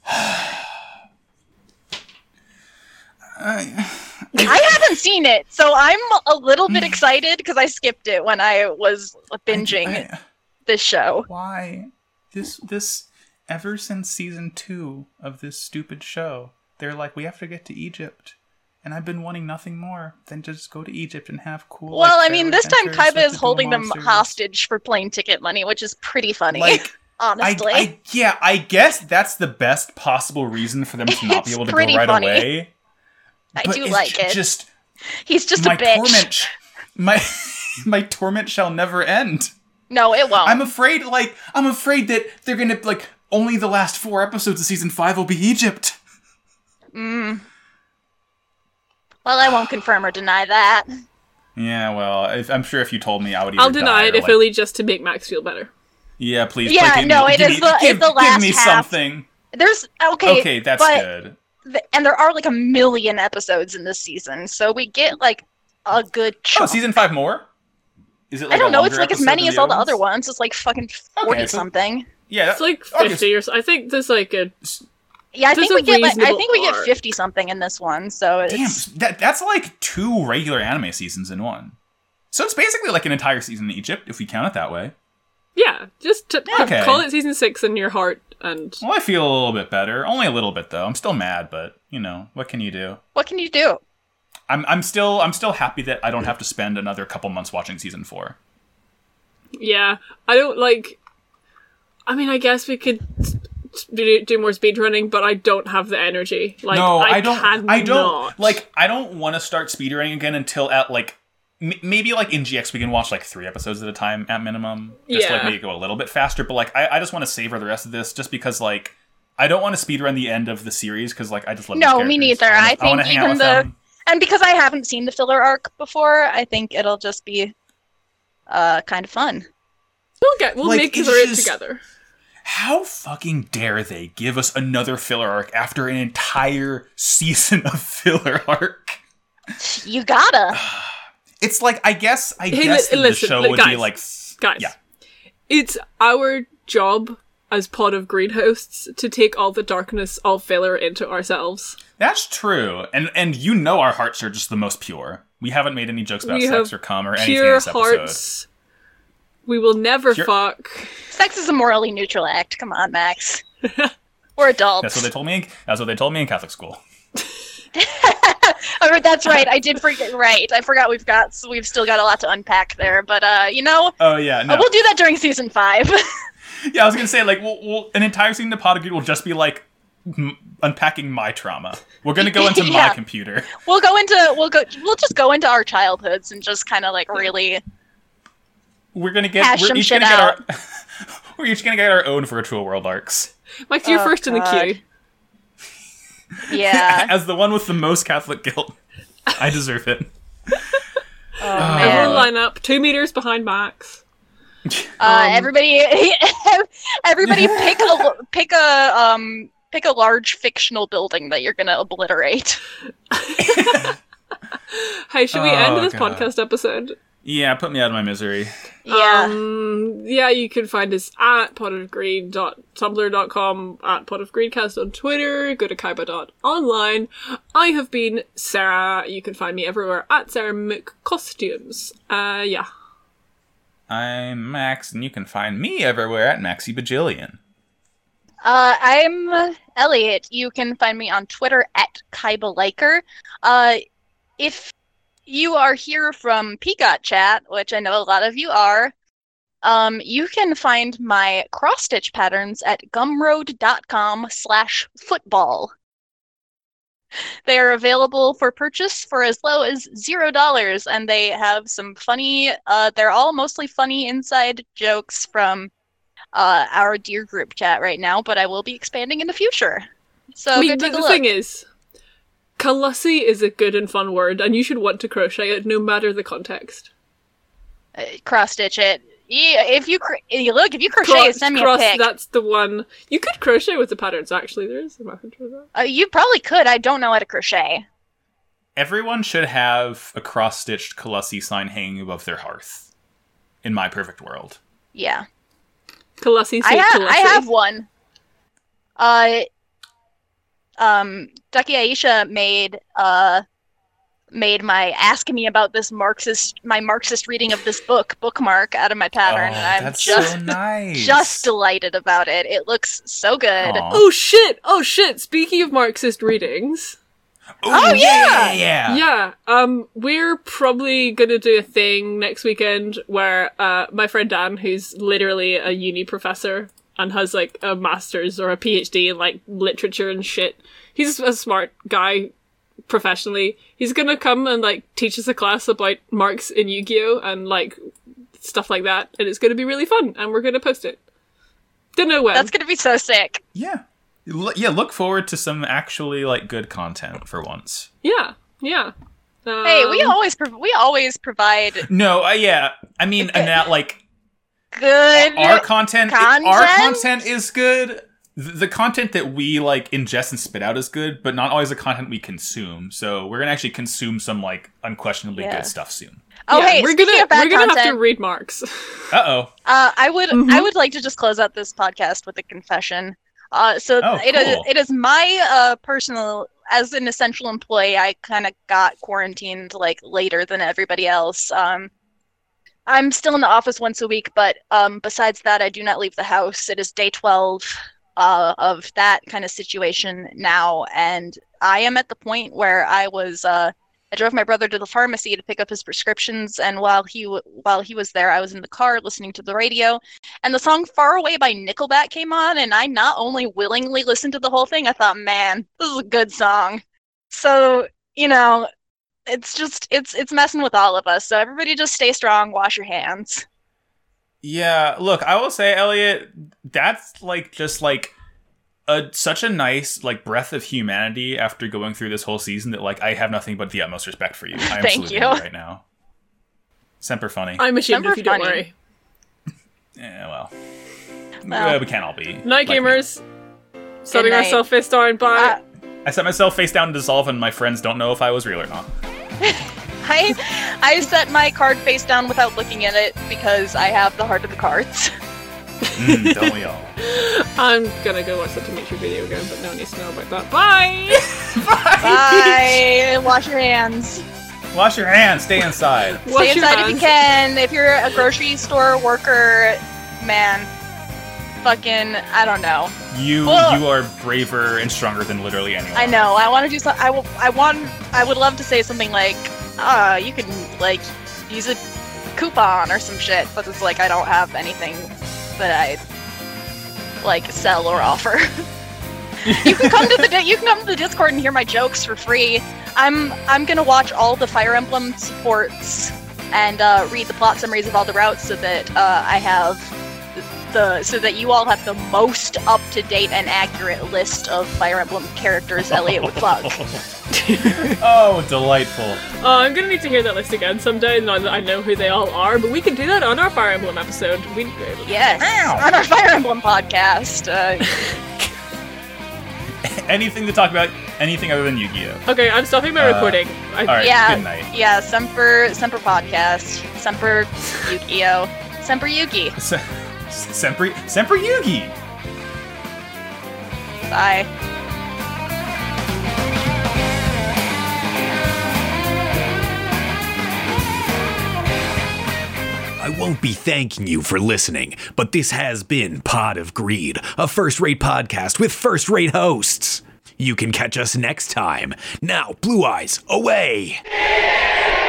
Speaker 2: I,
Speaker 3: I haven't seen it, so I'm a little bit excited because I skipped it when I was binging
Speaker 2: I-
Speaker 3: this show.
Speaker 2: why this this ever since season two of this stupid show they're like we have to get to egypt and i've been wanting nothing more than to just go to egypt and have cool like,
Speaker 3: Well, I
Speaker 2: feral
Speaker 3: mean, this time
Speaker 2: adventures
Speaker 3: Kaiba
Speaker 2: with
Speaker 3: is
Speaker 2: the
Speaker 3: holding them
Speaker 2: monsters.
Speaker 3: hostage for plane ticket money, which is pretty funny,
Speaker 2: like I,
Speaker 3: honestly.
Speaker 2: I yeah i guess that's the best possible reason for them to not be
Speaker 3: It's
Speaker 2: able to go
Speaker 3: pretty
Speaker 2: right
Speaker 3: funny.
Speaker 2: away
Speaker 3: I,
Speaker 2: but
Speaker 3: do
Speaker 2: it's
Speaker 3: like
Speaker 2: ju-
Speaker 3: it.
Speaker 2: just
Speaker 3: He's just
Speaker 2: my
Speaker 3: a bitch.
Speaker 2: torment sh- my my torment shall never end
Speaker 3: No, it won't.
Speaker 2: I'm afraid, like, I'm afraid that they're gonna, like, only the last four episodes of season five will be Egypt.
Speaker 3: Mm. Well, I won't confirm or deny that.
Speaker 2: Yeah, well, if, I'm sure if you told me, I would. Either
Speaker 4: I'll deny
Speaker 2: die
Speaker 4: it
Speaker 2: or,
Speaker 4: if
Speaker 2: like-
Speaker 4: only just to make Max feel better.
Speaker 2: Yeah, please.
Speaker 3: Yeah,
Speaker 2: please, give
Speaker 3: no,
Speaker 2: me,
Speaker 3: it
Speaker 2: give
Speaker 3: is
Speaker 2: me-
Speaker 3: the- it's
Speaker 2: give,
Speaker 3: the last
Speaker 2: Give me
Speaker 3: half.
Speaker 2: something.
Speaker 3: There's okay,
Speaker 2: Okay, that's
Speaker 3: but-
Speaker 2: good.
Speaker 3: th- and there are like a million episodes in this season, so we get like a good
Speaker 2: Oh,
Speaker 3: chunk.
Speaker 2: season five more. Is it? Like
Speaker 3: I don't
Speaker 2: a
Speaker 3: know. It's
Speaker 2: longer
Speaker 3: like as
Speaker 2: episode
Speaker 3: many
Speaker 2: than
Speaker 3: as all the
Speaker 2: others?
Speaker 3: other ones. It's like fucking forty
Speaker 2: so-
Speaker 3: something.
Speaker 2: Yeah, that-
Speaker 4: It's like
Speaker 2: okay,
Speaker 4: fifty or so. I think there's like a
Speaker 3: Yeah, I
Speaker 4: There's
Speaker 3: think
Speaker 4: a
Speaker 3: we get like I
Speaker 4: reasonable
Speaker 3: think we get
Speaker 4: arc.
Speaker 3: fifty something in this one. So it's,
Speaker 2: Damn, that that's like two regular anime seasons in one. So it's basically like an entire season in Egypt, if we count it that way.
Speaker 4: yeah. Just to,
Speaker 2: Okay.
Speaker 4: call it season six in your heart, and
Speaker 2: Well, I feel a little bit better, only a little bit though. I'm still mad, but you know, what can you do?
Speaker 3: what can you do?
Speaker 2: I'm I'm still I'm still happy that I don't have to spend another couple months watching season four.
Speaker 4: yeah, I don't like. I mean, I guess we could do, do more speed running, but I don't have the energy. Like,
Speaker 2: no, I,
Speaker 4: I,
Speaker 2: don't.
Speaker 4: Cannot.
Speaker 2: I don't like. I don't want to start speedrunning again until at like m- maybe like in GX we can watch like three episodes at a time at minimum. Just to, like
Speaker 4: Yeah.
Speaker 2: make it go a little bit faster. But like I, I just want to savor the rest of this just because like I don't want to speedrun the end of the series because like I just love.
Speaker 3: No,
Speaker 2: these
Speaker 3: me
Speaker 2: characters.
Speaker 3: neither.
Speaker 2: wanna-
Speaker 3: I
Speaker 2: wanna
Speaker 3: think
Speaker 2: hang out
Speaker 3: even
Speaker 2: with
Speaker 3: the-
Speaker 2: them.
Speaker 3: And because I haven't seen the filler arc before, I think it'll just be uh kind of fun.
Speaker 4: We'll get. We'll
Speaker 2: Like,
Speaker 4: make it
Speaker 2: it's
Speaker 4: through it
Speaker 2: just-
Speaker 4: together.
Speaker 2: How fucking dare they give us another filler arc after an entire season of filler arc?
Speaker 3: You gotta.
Speaker 2: It's like I guess I
Speaker 4: Hey,
Speaker 2: guess
Speaker 4: li-
Speaker 2: that the
Speaker 4: listen,
Speaker 2: show
Speaker 4: li-
Speaker 2: would be
Speaker 4: guys,
Speaker 2: like
Speaker 4: guys.
Speaker 2: Yeah.
Speaker 4: It's our job as pod of green hosts to take all the darkness of failure into ourselves.
Speaker 2: That's true, and and you know our hearts are just the most pure. We haven't made any jokes about
Speaker 4: We
Speaker 2: sex
Speaker 4: have
Speaker 2: or cum or anything in
Speaker 4: Pure
Speaker 2: this episode.
Speaker 4: hearts. We will never
Speaker 2: Pure-
Speaker 4: fuck.
Speaker 3: Sex is a morally neutral act. Come on, Max. We're adults.
Speaker 2: That's what they told me. That's what they told me in Catholic school.
Speaker 3: Oh, that's right. I did forget. Right, I forgot. We've got we've still got a lot to unpack there. But uh, you know,
Speaker 2: Oh yeah, no,
Speaker 3: uh, we'll do that during season five.
Speaker 2: yeah. I was gonna say like we'll, we'll, an entire season of Pottergreed will just be like m- unpacking my trauma. We're gonna go into my
Speaker 3: Yeah.
Speaker 2: computer.
Speaker 3: we'll go into we'll go we'll just go into our childhoods and just kind of like really.
Speaker 2: We're gonna get
Speaker 3: Hash
Speaker 2: we're
Speaker 3: some
Speaker 2: each
Speaker 3: shit
Speaker 2: gonna get our we're each gonna get our own virtual world arcs.
Speaker 4: Mike, you're
Speaker 3: Oh,
Speaker 4: first in the
Speaker 3: God.
Speaker 4: queue.
Speaker 3: Yeah.
Speaker 2: As the one with the most Catholic guilt, I deserve it.
Speaker 3: Oh,
Speaker 4: Everyone
Speaker 2: Uh,
Speaker 3: man.
Speaker 4: line up two meters behind Max.
Speaker 3: Uh,
Speaker 4: um,
Speaker 3: everybody, everybody, pick a pick a um pick a large fictional building that you're gonna obliterate.
Speaker 4: Hey, should we
Speaker 2: Oh,
Speaker 4: end this
Speaker 2: God.
Speaker 4: podcast episode?
Speaker 2: Yeah, put me out of my misery.
Speaker 3: Yeah.
Speaker 4: Um, yeah, you can find us at potofgreen.tumblr.com, at potofgreencast on Twitter, go to kaiba.online. I have been Sarah. You can find me everywhere at Sarah Mook Costumes. Uh, yeah.
Speaker 2: I'm Max, and you can find me everywhere at Maxi Bajillion.
Speaker 3: Uh, I'm Elliot. You can find me on Twitter at Kaiba Liker. Uh, if you are here from Peacock Chat, which I know a lot of you are, um, you can find my cross stitch patterns at gumroad.com slash football. They are available for purchase for as low as zero dollars, and they have some funny. Uh, they're all mostly funny inside jokes from uh, our dear group chat right now, but I will be expanding in the future. So
Speaker 4: I mean,
Speaker 3: Oh, go
Speaker 4: the,
Speaker 3: take a
Speaker 4: the
Speaker 3: look.
Speaker 4: thing is, Kalusi is a good and fun word, and you should want to crochet it no matter the context.
Speaker 3: uh, cross stitch it. Yeah, if you cr- eh, look, if you crochet,
Speaker 4: Cross-
Speaker 3: send me
Speaker 4: cross,
Speaker 3: a pic.
Speaker 4: That's the one. You could crochet with the patterns, actually. There is a method for that.
Speaker 3: Uh, you probably could. I don't know how to crochet.
Speaker 2: Everyone should have a cross stitched Colossi sign hanging above their hearth. In my perfect world.
Speaker 3: Yeah,
Speaker 4: Kalusi,
Speaker 3: I
Speaker 4: save
Speaker 3: have.
Speaker 4: Kalusi.
Speaker 3: I have one. Uh, um, Ducky Aisha made uh made my asking me about this Marxist my Marxist reading of this book bookmark out of my pattern,
Speaker 2: Oh,
Speaker 3: and I'm
Speaker 2: that's
Speaker 3: just
Speaker 2: so nice.
Speaker 3: just delighted about it. It looks so good.
Speaker 2: Aw.
Speaker 4: Oh shit! Oh shit! Speaking of Marxist readings,
Speaker 2: Oh,
Speaker 3: yeah!
Speaker 2: yeah, yeah, yeah.
Speaker 4: yeah, um, we're probably gonna do a thing next weekend where uh, my friend Dan, who's literally a uni professor and has like a master's or a PhD in like literature and shit, he's a smart guy professionally. He's gonna come and like teach us a class about Marx in Yu-Gi-Oh and like stuff like that, and it's gonna be really fun, and we're gonna post it. Don't know when.
Speaker 3: That's gonna be so sick.
Speaker 2: Yeah. L- yeah, look forward to some actually like good content for once.
Speaker 4: yeah, yeah.
Speaker 3: Hey, we
Speaker 4: Um,
Speaker 3: always prov- we always provide
Speaker 2: No, uh, yeah. I mean, and that like
Speaker 3: good.
Speaker 2: our content,
Speaker 3: content?
Speaker 2: our content is good. Th- The content that we like ingest and spit out is good, but not always the content we consume. So we're gonna actually consume some like unquestionably
Speaker 3: Yeah.
Speaker 2: good stuff soon.
Speaker 3: oh,
Speaker 4: yeah,
Speaker 3: hey,
Speaker 4: we're
Speaker 3: speaking
Speaker 4: gonna
Speaker 3: of bad
Speaker 4: we're gonna
Speaker 3: content,
Speaker 4: have to read Marx.
Speaker 2: Uh oh.
Speaker 3: Uh, I would
Speaker 4: Mhm.
Speaker 3: I would like to just close out this podcast with a confession. Uh, so
Speaker 2: Oh,
Speaker 3: it is
Speaker 2: cool.
Speaker 3: it is my uh, personal as an essential employee. I kind of got quarantined like later than everybody else. Um, I'm still in the office once a week, but um, besides that, I do not leave the house. It is day twelve uh, of that kind of situation now, and I am at the point where I was. Uh, I drove my brother to the pharmacy to pick up his prescriptions, and while he w- while he was there, I was in the car listening to the radio, and the song "Far Away" by Nickelback came on, and I not only willingly listened to the whole thing, I thought, man, this is a good song. So you know, it's just it's it's messing with all of us. So everybody, just stay strong, wash your hands.
Speaker 2: Yeah, look, I will say, Elliot, that's like just like a such a nice like breath of humanity after going through this whole season that like I have nothing but the utmost respect for you. I am
Speaker 3: Thank
Speaker 2: saluting
Speaker 3: you. Uh,
Speaker 2: right now. Semper funny.
Speaker 4: I'm ashamed
Speaker 3: Number
Speaker 4: if you don't
Speaker 3: funny.
Speaker 4: worry.
Speaker 2: yeah, well,
Speaker 3: Well.
Speaker 2: Uh, we can all be. like
Speaker 4: Night gamers. Subbing
Speaker 3: night.
Speaker 4: ourselves face down. Bye.
Speaker 3: Uh,
Speaker 2: me. I set myself face down to dissolve, and my friends don't know if I was real or not.
Speaker 3: I I set my card face down without looking at it because I have the heart of the cards.
Speaker 2: Mm, don't we all?
Speaker 4: I'm gonna go watch the Dimitri video again, but no one needs to know about that. Bye.
Speaker 3: Bye. wash your hands.
Speaker 2: Wash your hands. Stay inside.
Speaker 4: Wash
Speaker 3: Stay
Speaker 4: your
Speaker 3: inside if you
Speaker 4: hands.
Speaker 3: can. If you're a grocery store worker, man, fucking, I don't know.
Speaker 2: You
Speaker 3: Ugh.
Speaker 2: you are braver and stronger than literally anyone.
Speaker 3: I know. I want to do some. I will. I want. I would love to say something like, uh, you can like use a coupon or some shit, but it's like I don't have anything that I like sell or offer. you can come to the di- you can come to the Discord and hear my jokes for free. I'm I'm gonna watch all the Fire Emblem supports and uh, read the plot summaries of all the routes so that uh, I have the so that you all have the most up to date and accurate list of Fire Emblem characters Elliot would plug.
Speaker 2: oh, delightful.
Speaker 4: Oh, I'm gonna need to hear that list again someday. Now that I know who they all are, but we can do that on our Fire Emblem episode. We
Speaker 3: Yes,
Speaker 2: Wow.
Speaker 3: on our Fire Emblem podcast. Uh,
Speaker 2: Anything to talk about? Anything other than Yu-Gi-Oh?
Speaker 4: okay. I'm stopping my
Speaker 2: Uh,
Speaker 4: recording. I,
Speaker 2: All right.
Speaker 3: Yeah.
Speaker 2: Good night.
Speaker 3: yeah, Semper Semper podcast, Semper Yu-Gi-Oh, Semper Yugi.
Speaker 2: Se- Semper Semper Yugi.
Speaker 3: Bye.
Speaker 1: I won't be thanking you for listening, but this has been Pod of Greed, a first rate podcast with first rate hosts. You can catch us next time. Now, Blue Eyes, away!